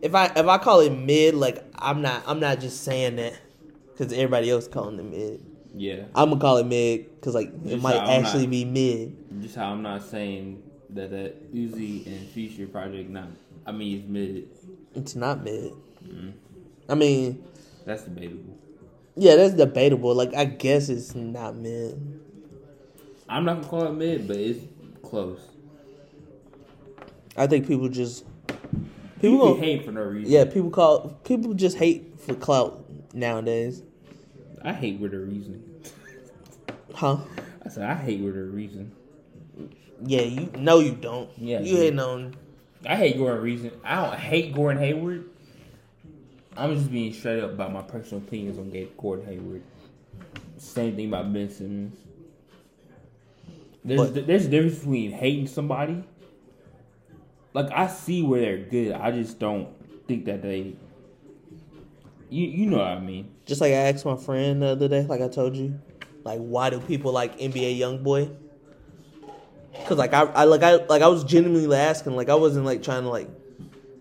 Speaker 1: if I if I call it mid, like I'm not I'm not just saying that because everybody else calling it mid.
Speaker 2: Yeah.
Speaker 1: I'm gonna call it mid because like it
Speaker 2: Just
Speaker 1: might
Speaker 2: how I'm
Speaker 1: actually
Speaker 2: not-
Speaker 1: be mid.
Speaker 2: Just how I'm not saying that that Uzi and Future project not. I mean, it's mid.
Speaker 1: It's not mid. I mean,
Speaker 2: That's debatable.
Speaker 1: yeah, that's debatable. Like I guess it's not mid.
Speaker 2: I'm not gonna call it mid, but it's close.
Speaker 1: I think people just people
Speaker 2: People
Speaker 1: gonna,
Speaker 2: hate for no reason.
Speaker 1: yeah people call people just hate for clout nowadays,
Speaker 2: I hate with a reason.
Speaker 1: huh?
Speaker 2: I said I hate with a reason.
Speaker 1: Yeah, you no, you don't.
Speaker 2: Yeah,
Speaker 1: you
Speaker 2: yeah.
Speaker 1: hating on.
Speaker 2: I hate Gordon Reason. I don't hate Gordon Hayward. I'm just being straight up about my personal opinions on Ga- Gordon Hayward. Same thing about Ben Simmons. There's
Speaker 1: But-
Speaker 2: there's a difference between hating somebody. Like I see where they're good. I just don't think that they. You you know what I mean.
Speaker 1: Just like I asked my friend the other day, like I told you, like why do people like NBA YoungBoy? Cause like I, I like I like I was genuinely asking, like I wasn't like trying to like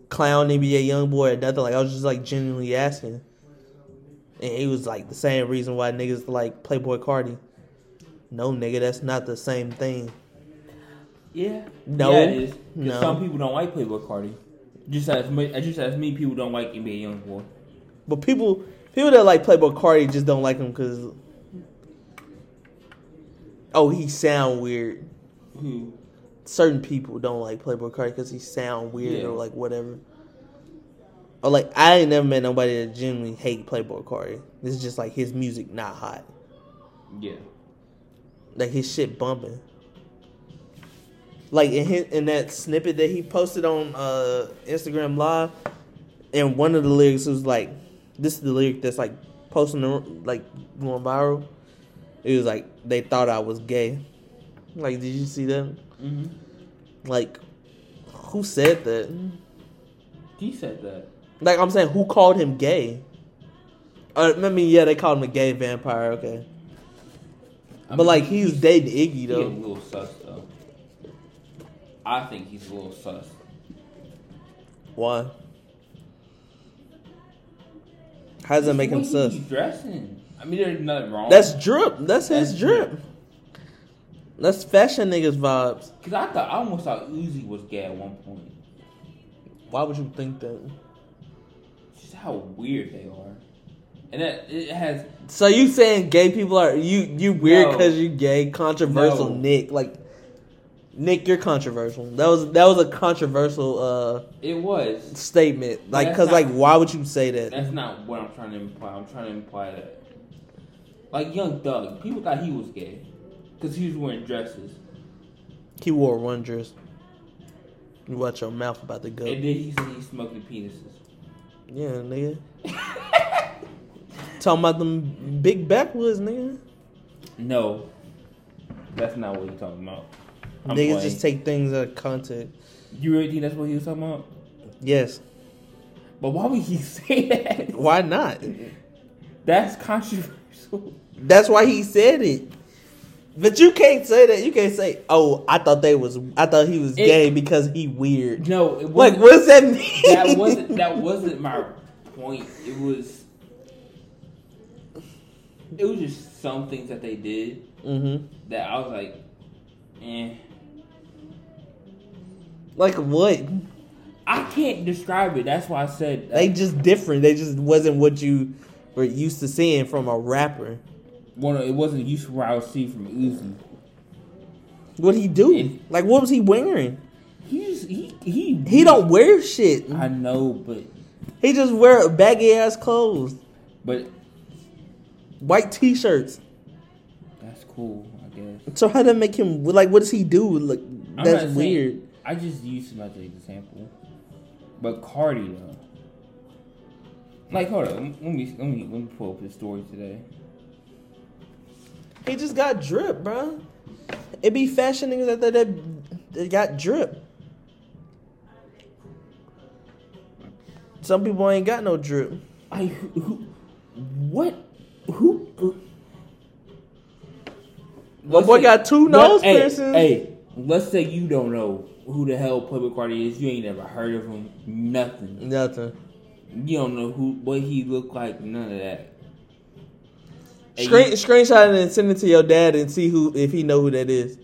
Speaker 1: clown NBA YoungBoy or nothing. Like I was just like genuinely asking, and he was like the same reason why niggas like Playboy Cardi. No nigga, that's not the same thing.
Speaker 2: Yeah.
Speaker 1: No.
Speaker 2: Yeah, it is. 'Cause
Speaker 1: No.
Speaker 2: Some people don't like Playboy Cardi. Just as ma- just as many people don't like NBA YoungBoy.
Speaker 1: But people people that like Playboy Cardi just don't like him because oh he sound weird.
Speaker 2: Who?
Speaker 1: Certain people don't like Playboy Cardi because he sound weird
Speaker 2: Yeah.
Speaker 1: or like whatever. Or like I ain't never met nobody that genuinely hate Playboy Cardi. This is just like his music not hot.
Speaker 2: Yeah.
Speaker 1: Like his shit bumping. Like in his, in that snippet that he posted on uh, Instagram Live, and one of the lyrics was like, "This is the lyric that's like posting the, like going viral." It was like they thought I was gay. Like, did you see that?
Speaker 2: Mm-hmm.
Speaker 1: Like, who said that?
Speaker 2: He said that.
Speaker 1: Like, I'm saying, who called him gay? Uh, I mean, yeah, they called him a gay vampire. Okay,
Speaker 2: I
Speaker 1: but like
Speaker 2: mean,
Speaker 1: he's dating Iggy
Speaker 2: he a
Speaker 1: though.
Speaker 2: little sus though. I think he's a little sus.
Speaker 1: Why? How does that make him
Speaker 2: Wait,
Speaker 1: sus?
Speaker 2: He's dressing. I mean, there's nothing wrong.
Speaker 1: That's drip. That's his
Speaker 2: That's drip.
Speaker 1: drip. That's fashion niggas vibes.
Speaker 2: because I thought I almost thought Uzi was gay at one point.
Speaker 1: Why would you think that?
Speaker 2: Just how weird they are, and that it has
Speaker 1: So you saying gay people are you you weird
Speaker 2: No.
Speaker 1: because you gay? Controversial,
Speaker 2: No.
Speaker 1: Nick. Like Nick, you're controversial. That was that was a controversial uh
Speaker 2: it was.
Speaker 1: statement. Like,
Speaker 2: that's
Speaker 1: cause
Speaker 2: not-
Speaker 1: like, why would you say that?
Speaker 2: That's not what I'm trying to imply. I'm trying to imply that, like Young Thug, people thought he was gay because he was wearing dresses,
Speaker 1: He wore one dress. You watch your mouth about to go.
Speaker 2: and then he said he smoked the penises.
Speaker 1: Yeah, nigga. Talking about them big backwoods, nigga.
Speaker 2: No, that's not what he's talking about. I'm
Speaker 1: Niggas
Speaker 2: playing.
Speaker 1: just take things out of context.
Speaker 2: You really think that's what he was talking about?
Speaker 1: Yes.
Speaker 2: But why would he say that?
Speaker 1: Why not?
Speaker 2: That's controversial.
Speaker 1: That's why he said it. But you can't say that. You can't say, "Oh, I thought they was. I thought he was gay because he weird."
Speaker 2: No, it
Speaker 1: Like,
Speaker 2: wasn't.
Speaker 1: what does that mean?
Speaker 2: that wasn't that wasn't my point. It was. It was just some things that they did
Speaker 1: Mm-hmm.
Speaker 2: that I was like, eh.
Speaker 1: Like what?
Speaker 2: I can't describe it. That's why I said
Speaker 1: They just different. They just wasn't what you were used to seeing from a rapper.
Speaker 2: Well, it wasn't useful what I was seeing from Uzi.
Speaker 1: What he do? Like, what was he wearing?
Speaker 2: He just he he
Speaker 1: He don't wear shit.
Speaker 2: I know, but
Speaker 1: He just wear baggy ass clothes,
Speaker 2: but
Speaker 1: white t-shirts.
Speaker 2: that's cool. I guess.
Speaker 1: So how that make him like? What does he do? Like
Speaker 2: I'm
Speaker 1: that's
Speaker 2: not saying-
Speaker 1: weird.
Speaker 2: I just used him as an example. But Cardi though. Like hold on, let me let me let me pull up his story today.
Speaker 1: He just got drip, bruh. It be fashion niggas out there that, that got drip. Some people ain't got no drip.
Speaker 2: I who, who what who, uh, who
Speaker 1: My boy got two nose piercings.
Speaker 2: Hey, let's say you don't know who the hell Playboy Cardi is. You ain't never heard of him. Nothing.
Speaker 1: Nothing.
Speaker 2: You don't know who what he looked like. None of that. And
Speaker 1: Screen,
Speaker 2: you-
Speaker 1: screenshot it and send it to your dad and see who if he know who that is.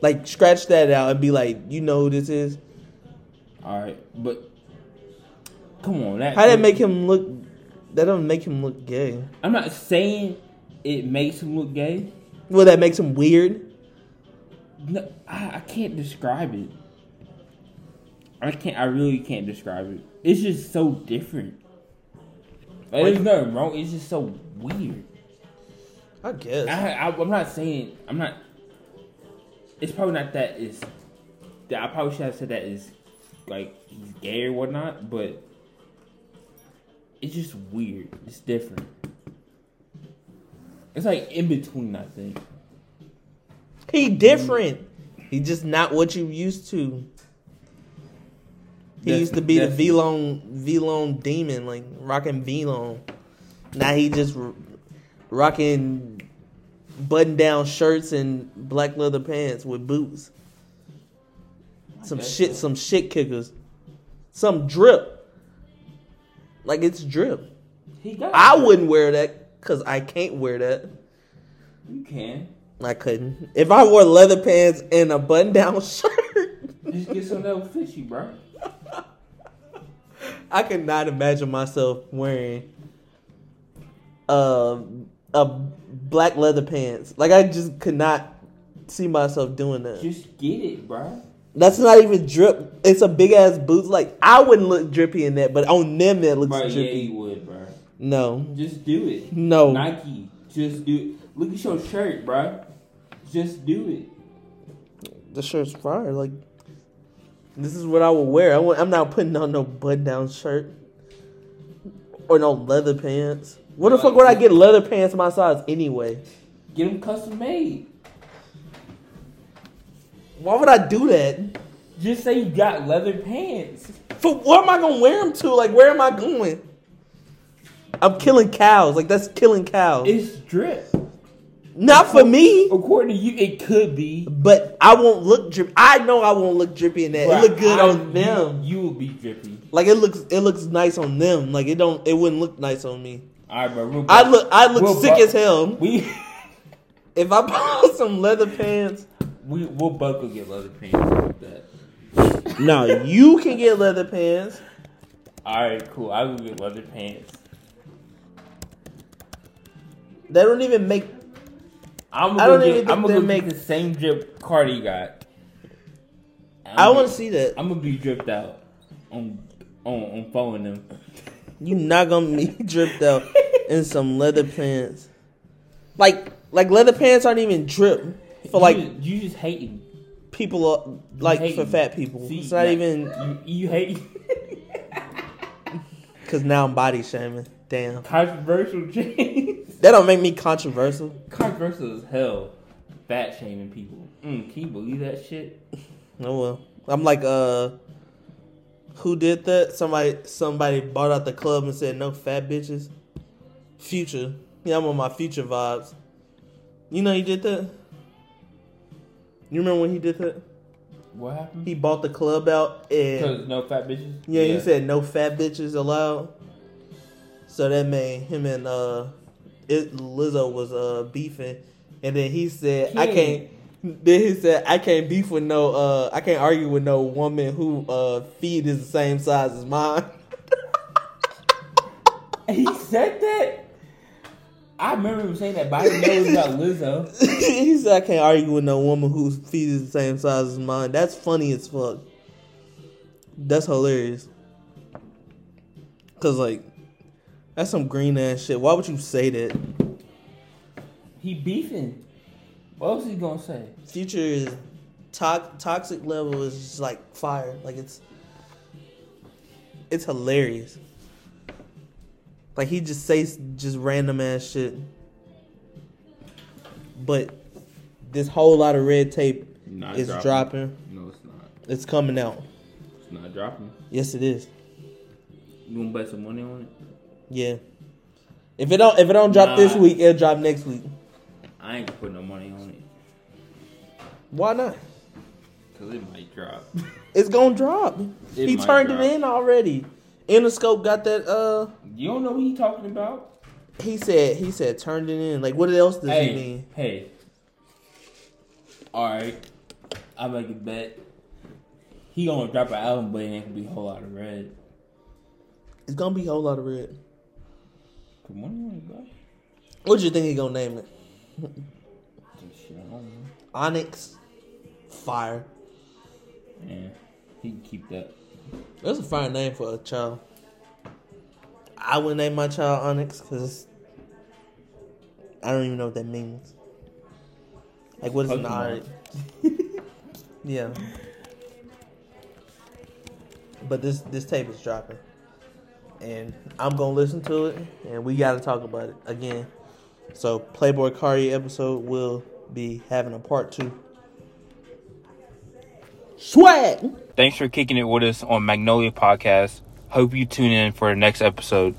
Speaker 1: Like scratch that out and be like, you know who this is.
Speaker 2: all right, but come on. That
Speaker 1: How that make him look? That don't make him look gay.
Speaker 2: I'm not saying it makes him look gay.
Speaker 1: Well, that makes him weird.
Speaker 2: No, I, I can't describe it. I can't. I really can't describe it. It's just so different. Like, there's nothing wrong. It's just so weird.
Speaker 1: I guess.
Speaker 2: I, I, I'm not saying. I'm not. It's probably not that is. That I probably should have said that is like he's gay or whatnot, but it's just weird. It's different. It's like in between. I think.
Speaker 1: He different. He just not what you used to. He
Speaker 2: Def-
Speaker 1: used to be the
Speaker 2: definitely.
Speaker 1: V-Lone, V-Lone demon, like rocking V-Lone. Now he just r- rocking button-down shirts and black leather pants with boots. Some
Speaker 2: Okay.
Speaker 1: shit, some shit kickers. Some drip. Like it's drip.
Speaker 2: He got.
Speaker 1: I wouldn't wear that because I can't wear that.
Speaker 2: You can.
Speaker 1: I couldn't. If I wore leather pants and a button down shirt,
Speaker 2: Just get something that will fit you, bro.
Speaker 1: I cannot imagine myself wearing uh, a black leather pants. Like I just could not see myself doing that.
Speaker 2: Just get it, bro.
Speaker 1: That's not even drip. It's a big ass boots. Like I wouldn't look drippy in that, but on them that looks
Speaker 2: Bro, yeah,
Speaker 1: drippy.
Speaker 2: you would, bro.
Speaker 1: No,
Speaker 2: Just do it.
Speaker 1: no.
Speaker 2: Nike, just do it. Look at your shirt, bro. Just do it.
Speaker 1: the shirt's fire. Like, this is what I would wear. I would, I'm not putting on no button down shirt or no leather pants. What the fuck would I get leather pants my size anyway?
Speaker 2: Get them custom made.
Speaker 1: Why would I do that?
Speaker 2: Just say you got leather pants.
Speaker 1: For what am I gonna wear them to? Like, where am I going? I'm killing cows. Like, that's killing cows.
Speaker 2: It's drip.
Speaker 1: Not for me,
Speaker 2: According to you, it could be.
Speaker 1: but I won't look drippy. I know I won't look drippy in that.
Speaker 2: but
Speaker 1: It look good
Speaker 2: I-
Speaker 1: on them.
Speaker 2: You, you will be drippy.
Speaker 1: Like it looks, it looks nice on them. Like it don't, it wouldn't look nice on me.
Speaker 2: All right, bro. we'll
Speaker 1: I
Speaker 2: bu-
Speaker 1: look, I look
Speaker 2: we'll
Speaker 1: sick
Speaker 2: bu-
Speaker 1: as hell.
Speaker 2: We
Speaker 1: If I bought some leather pants,
Speaker 2: we we'll buckle get leather pants like that.
Speaker 1: no, you can get leather pants.
Speaker 2: All right, cool. I will get leather pants.
Speaker 1: They don't even make.
Speaker 2: I'm
Speaker 1: I
Speaker 2: gonna
Speaker 1: don't
Speaker 2: go
Speaker 1: even
Speaker 2: get, I'm
Speaker 1: think
Speaker 2: gonna
Speaker 1: they
Speaker 2: go
Speaker 1: make-
Speaker 2: get the same drip Cardi got.
Speaker 1: I want to see that.
Speaker 2: I'm gonna be dripped out on on on following them.
Speaker 1: You not gonna be dripped out in some leather pants. Like, like leather pants aren't even drip for
Speaker 2: you,
Speaker 1: like
Speaker 2: just- you just hating.
Speaker 1: people uh, like for
Speaker 2: hating.
Speaker 1: fat people.
Speaker 2: See,
Speaker 1: It's not
Speaker 2: yeah,
Speaker 1: even
Speaker 2: you, you hate
Speaker 1: because now I'm body shaming. Damn,
Speaker 2: controversial James.
Speaker 1: that don't make me controversial.
Speaker 2: controversial as hell. Fat shaming people. Mm, can you believe that shit?
Speaker 1: Oh well, I'm like uh. Who did that? Somebody somebody bought out the club and said no fat bitches. Future. Yeah, I'm on my future vibes. You know he did that? You remember when he did that?
Speaker 2: What happened?
Speaker 1: He bought the club out and
Speaker 2: Because no fat bitches.
Speaker 1: yeah, he said no fat bitches allowed. So that made him and uh it, Lizzo was uh beefing and then he said I
Speaker 2: King.
Speaker 1: can't then he said I can't beef with no uh I can't argue with no woman who uh feet is the same size as mine.
Speaker 2: He said that. I remember him saying that, but I didn't know it was about Lizzo.
Speaker 1: he said, I can't argue with no woman whose feet is the same size as mine. That's funny as fuck. That's hilarious. Cause like, that's some green ass shit. Why would you say that?
Speaker 2: He beefing. What else he gonna say?
Speaker 1: Future is to- toxic level is just like fire. Like it's, it's hilarious. Like he just says just random ass shit. But this whole lot of red tape
Speaker 2: Not
Speaker 1: is dropping.
Speaker 2: No, it's not.
Speaker 1: It's coming out.
Speaker 2: It's not dropping.
Speaker 1: Yes, it is.
Speaker 2: You gonna bet some money on it?
Speaker 1: Yeah. If it don't if it don't drop this
Speaker 2: Nah.
Speaker 1: week, it'll drop next week.
Speaker 2: I ain't gonna put no money on it.
Speaker 1: Why not?
Speaker 2: Cause it might drop.
Speaker 1: It's gonna drop.
Speaker 2: It
Speaker 1: he
Speaker 2: might
Speaker 1: turned
Speaker 2: drop.
Speaker 1: it in already. Interscope got that. Uh,
Speaker 2: you don't know what he talking about?
Speaker 1: he said he said turned it in. Like what else does he
Speaker 2: Hey,
Speaker 1: mean?
Speaker 2: hey. Alright. I make a bet. He gonna drop an album, but it ain't gonna be a whole lot of red.
Speaker 1: It's gonna be a whole lot of red.
Speaker 2: Put money on it, bro.
Speaker 1: What do you think he gonna name it?
Speaker 2: Just shit, I don't know.
Speaker 1: Onyx, fire.
Speaker 2: Yeah. He can keep that.
Speaker 1: That's a fire name for a child. I would name my child Onyx because I don't even know what that means. Like, what is an
Speaker 2: Pokemon.
Speaker 1: onyx? yeah. But this this tape is dropping, and I'm gonna listen to it, and we gotta talk about it again. So Playboy Cardi episode will be having a part two. Swag.
Speaker 3: Thanks for kicking it with us on Magnolia Podcast. Hope you tune in for the next episode.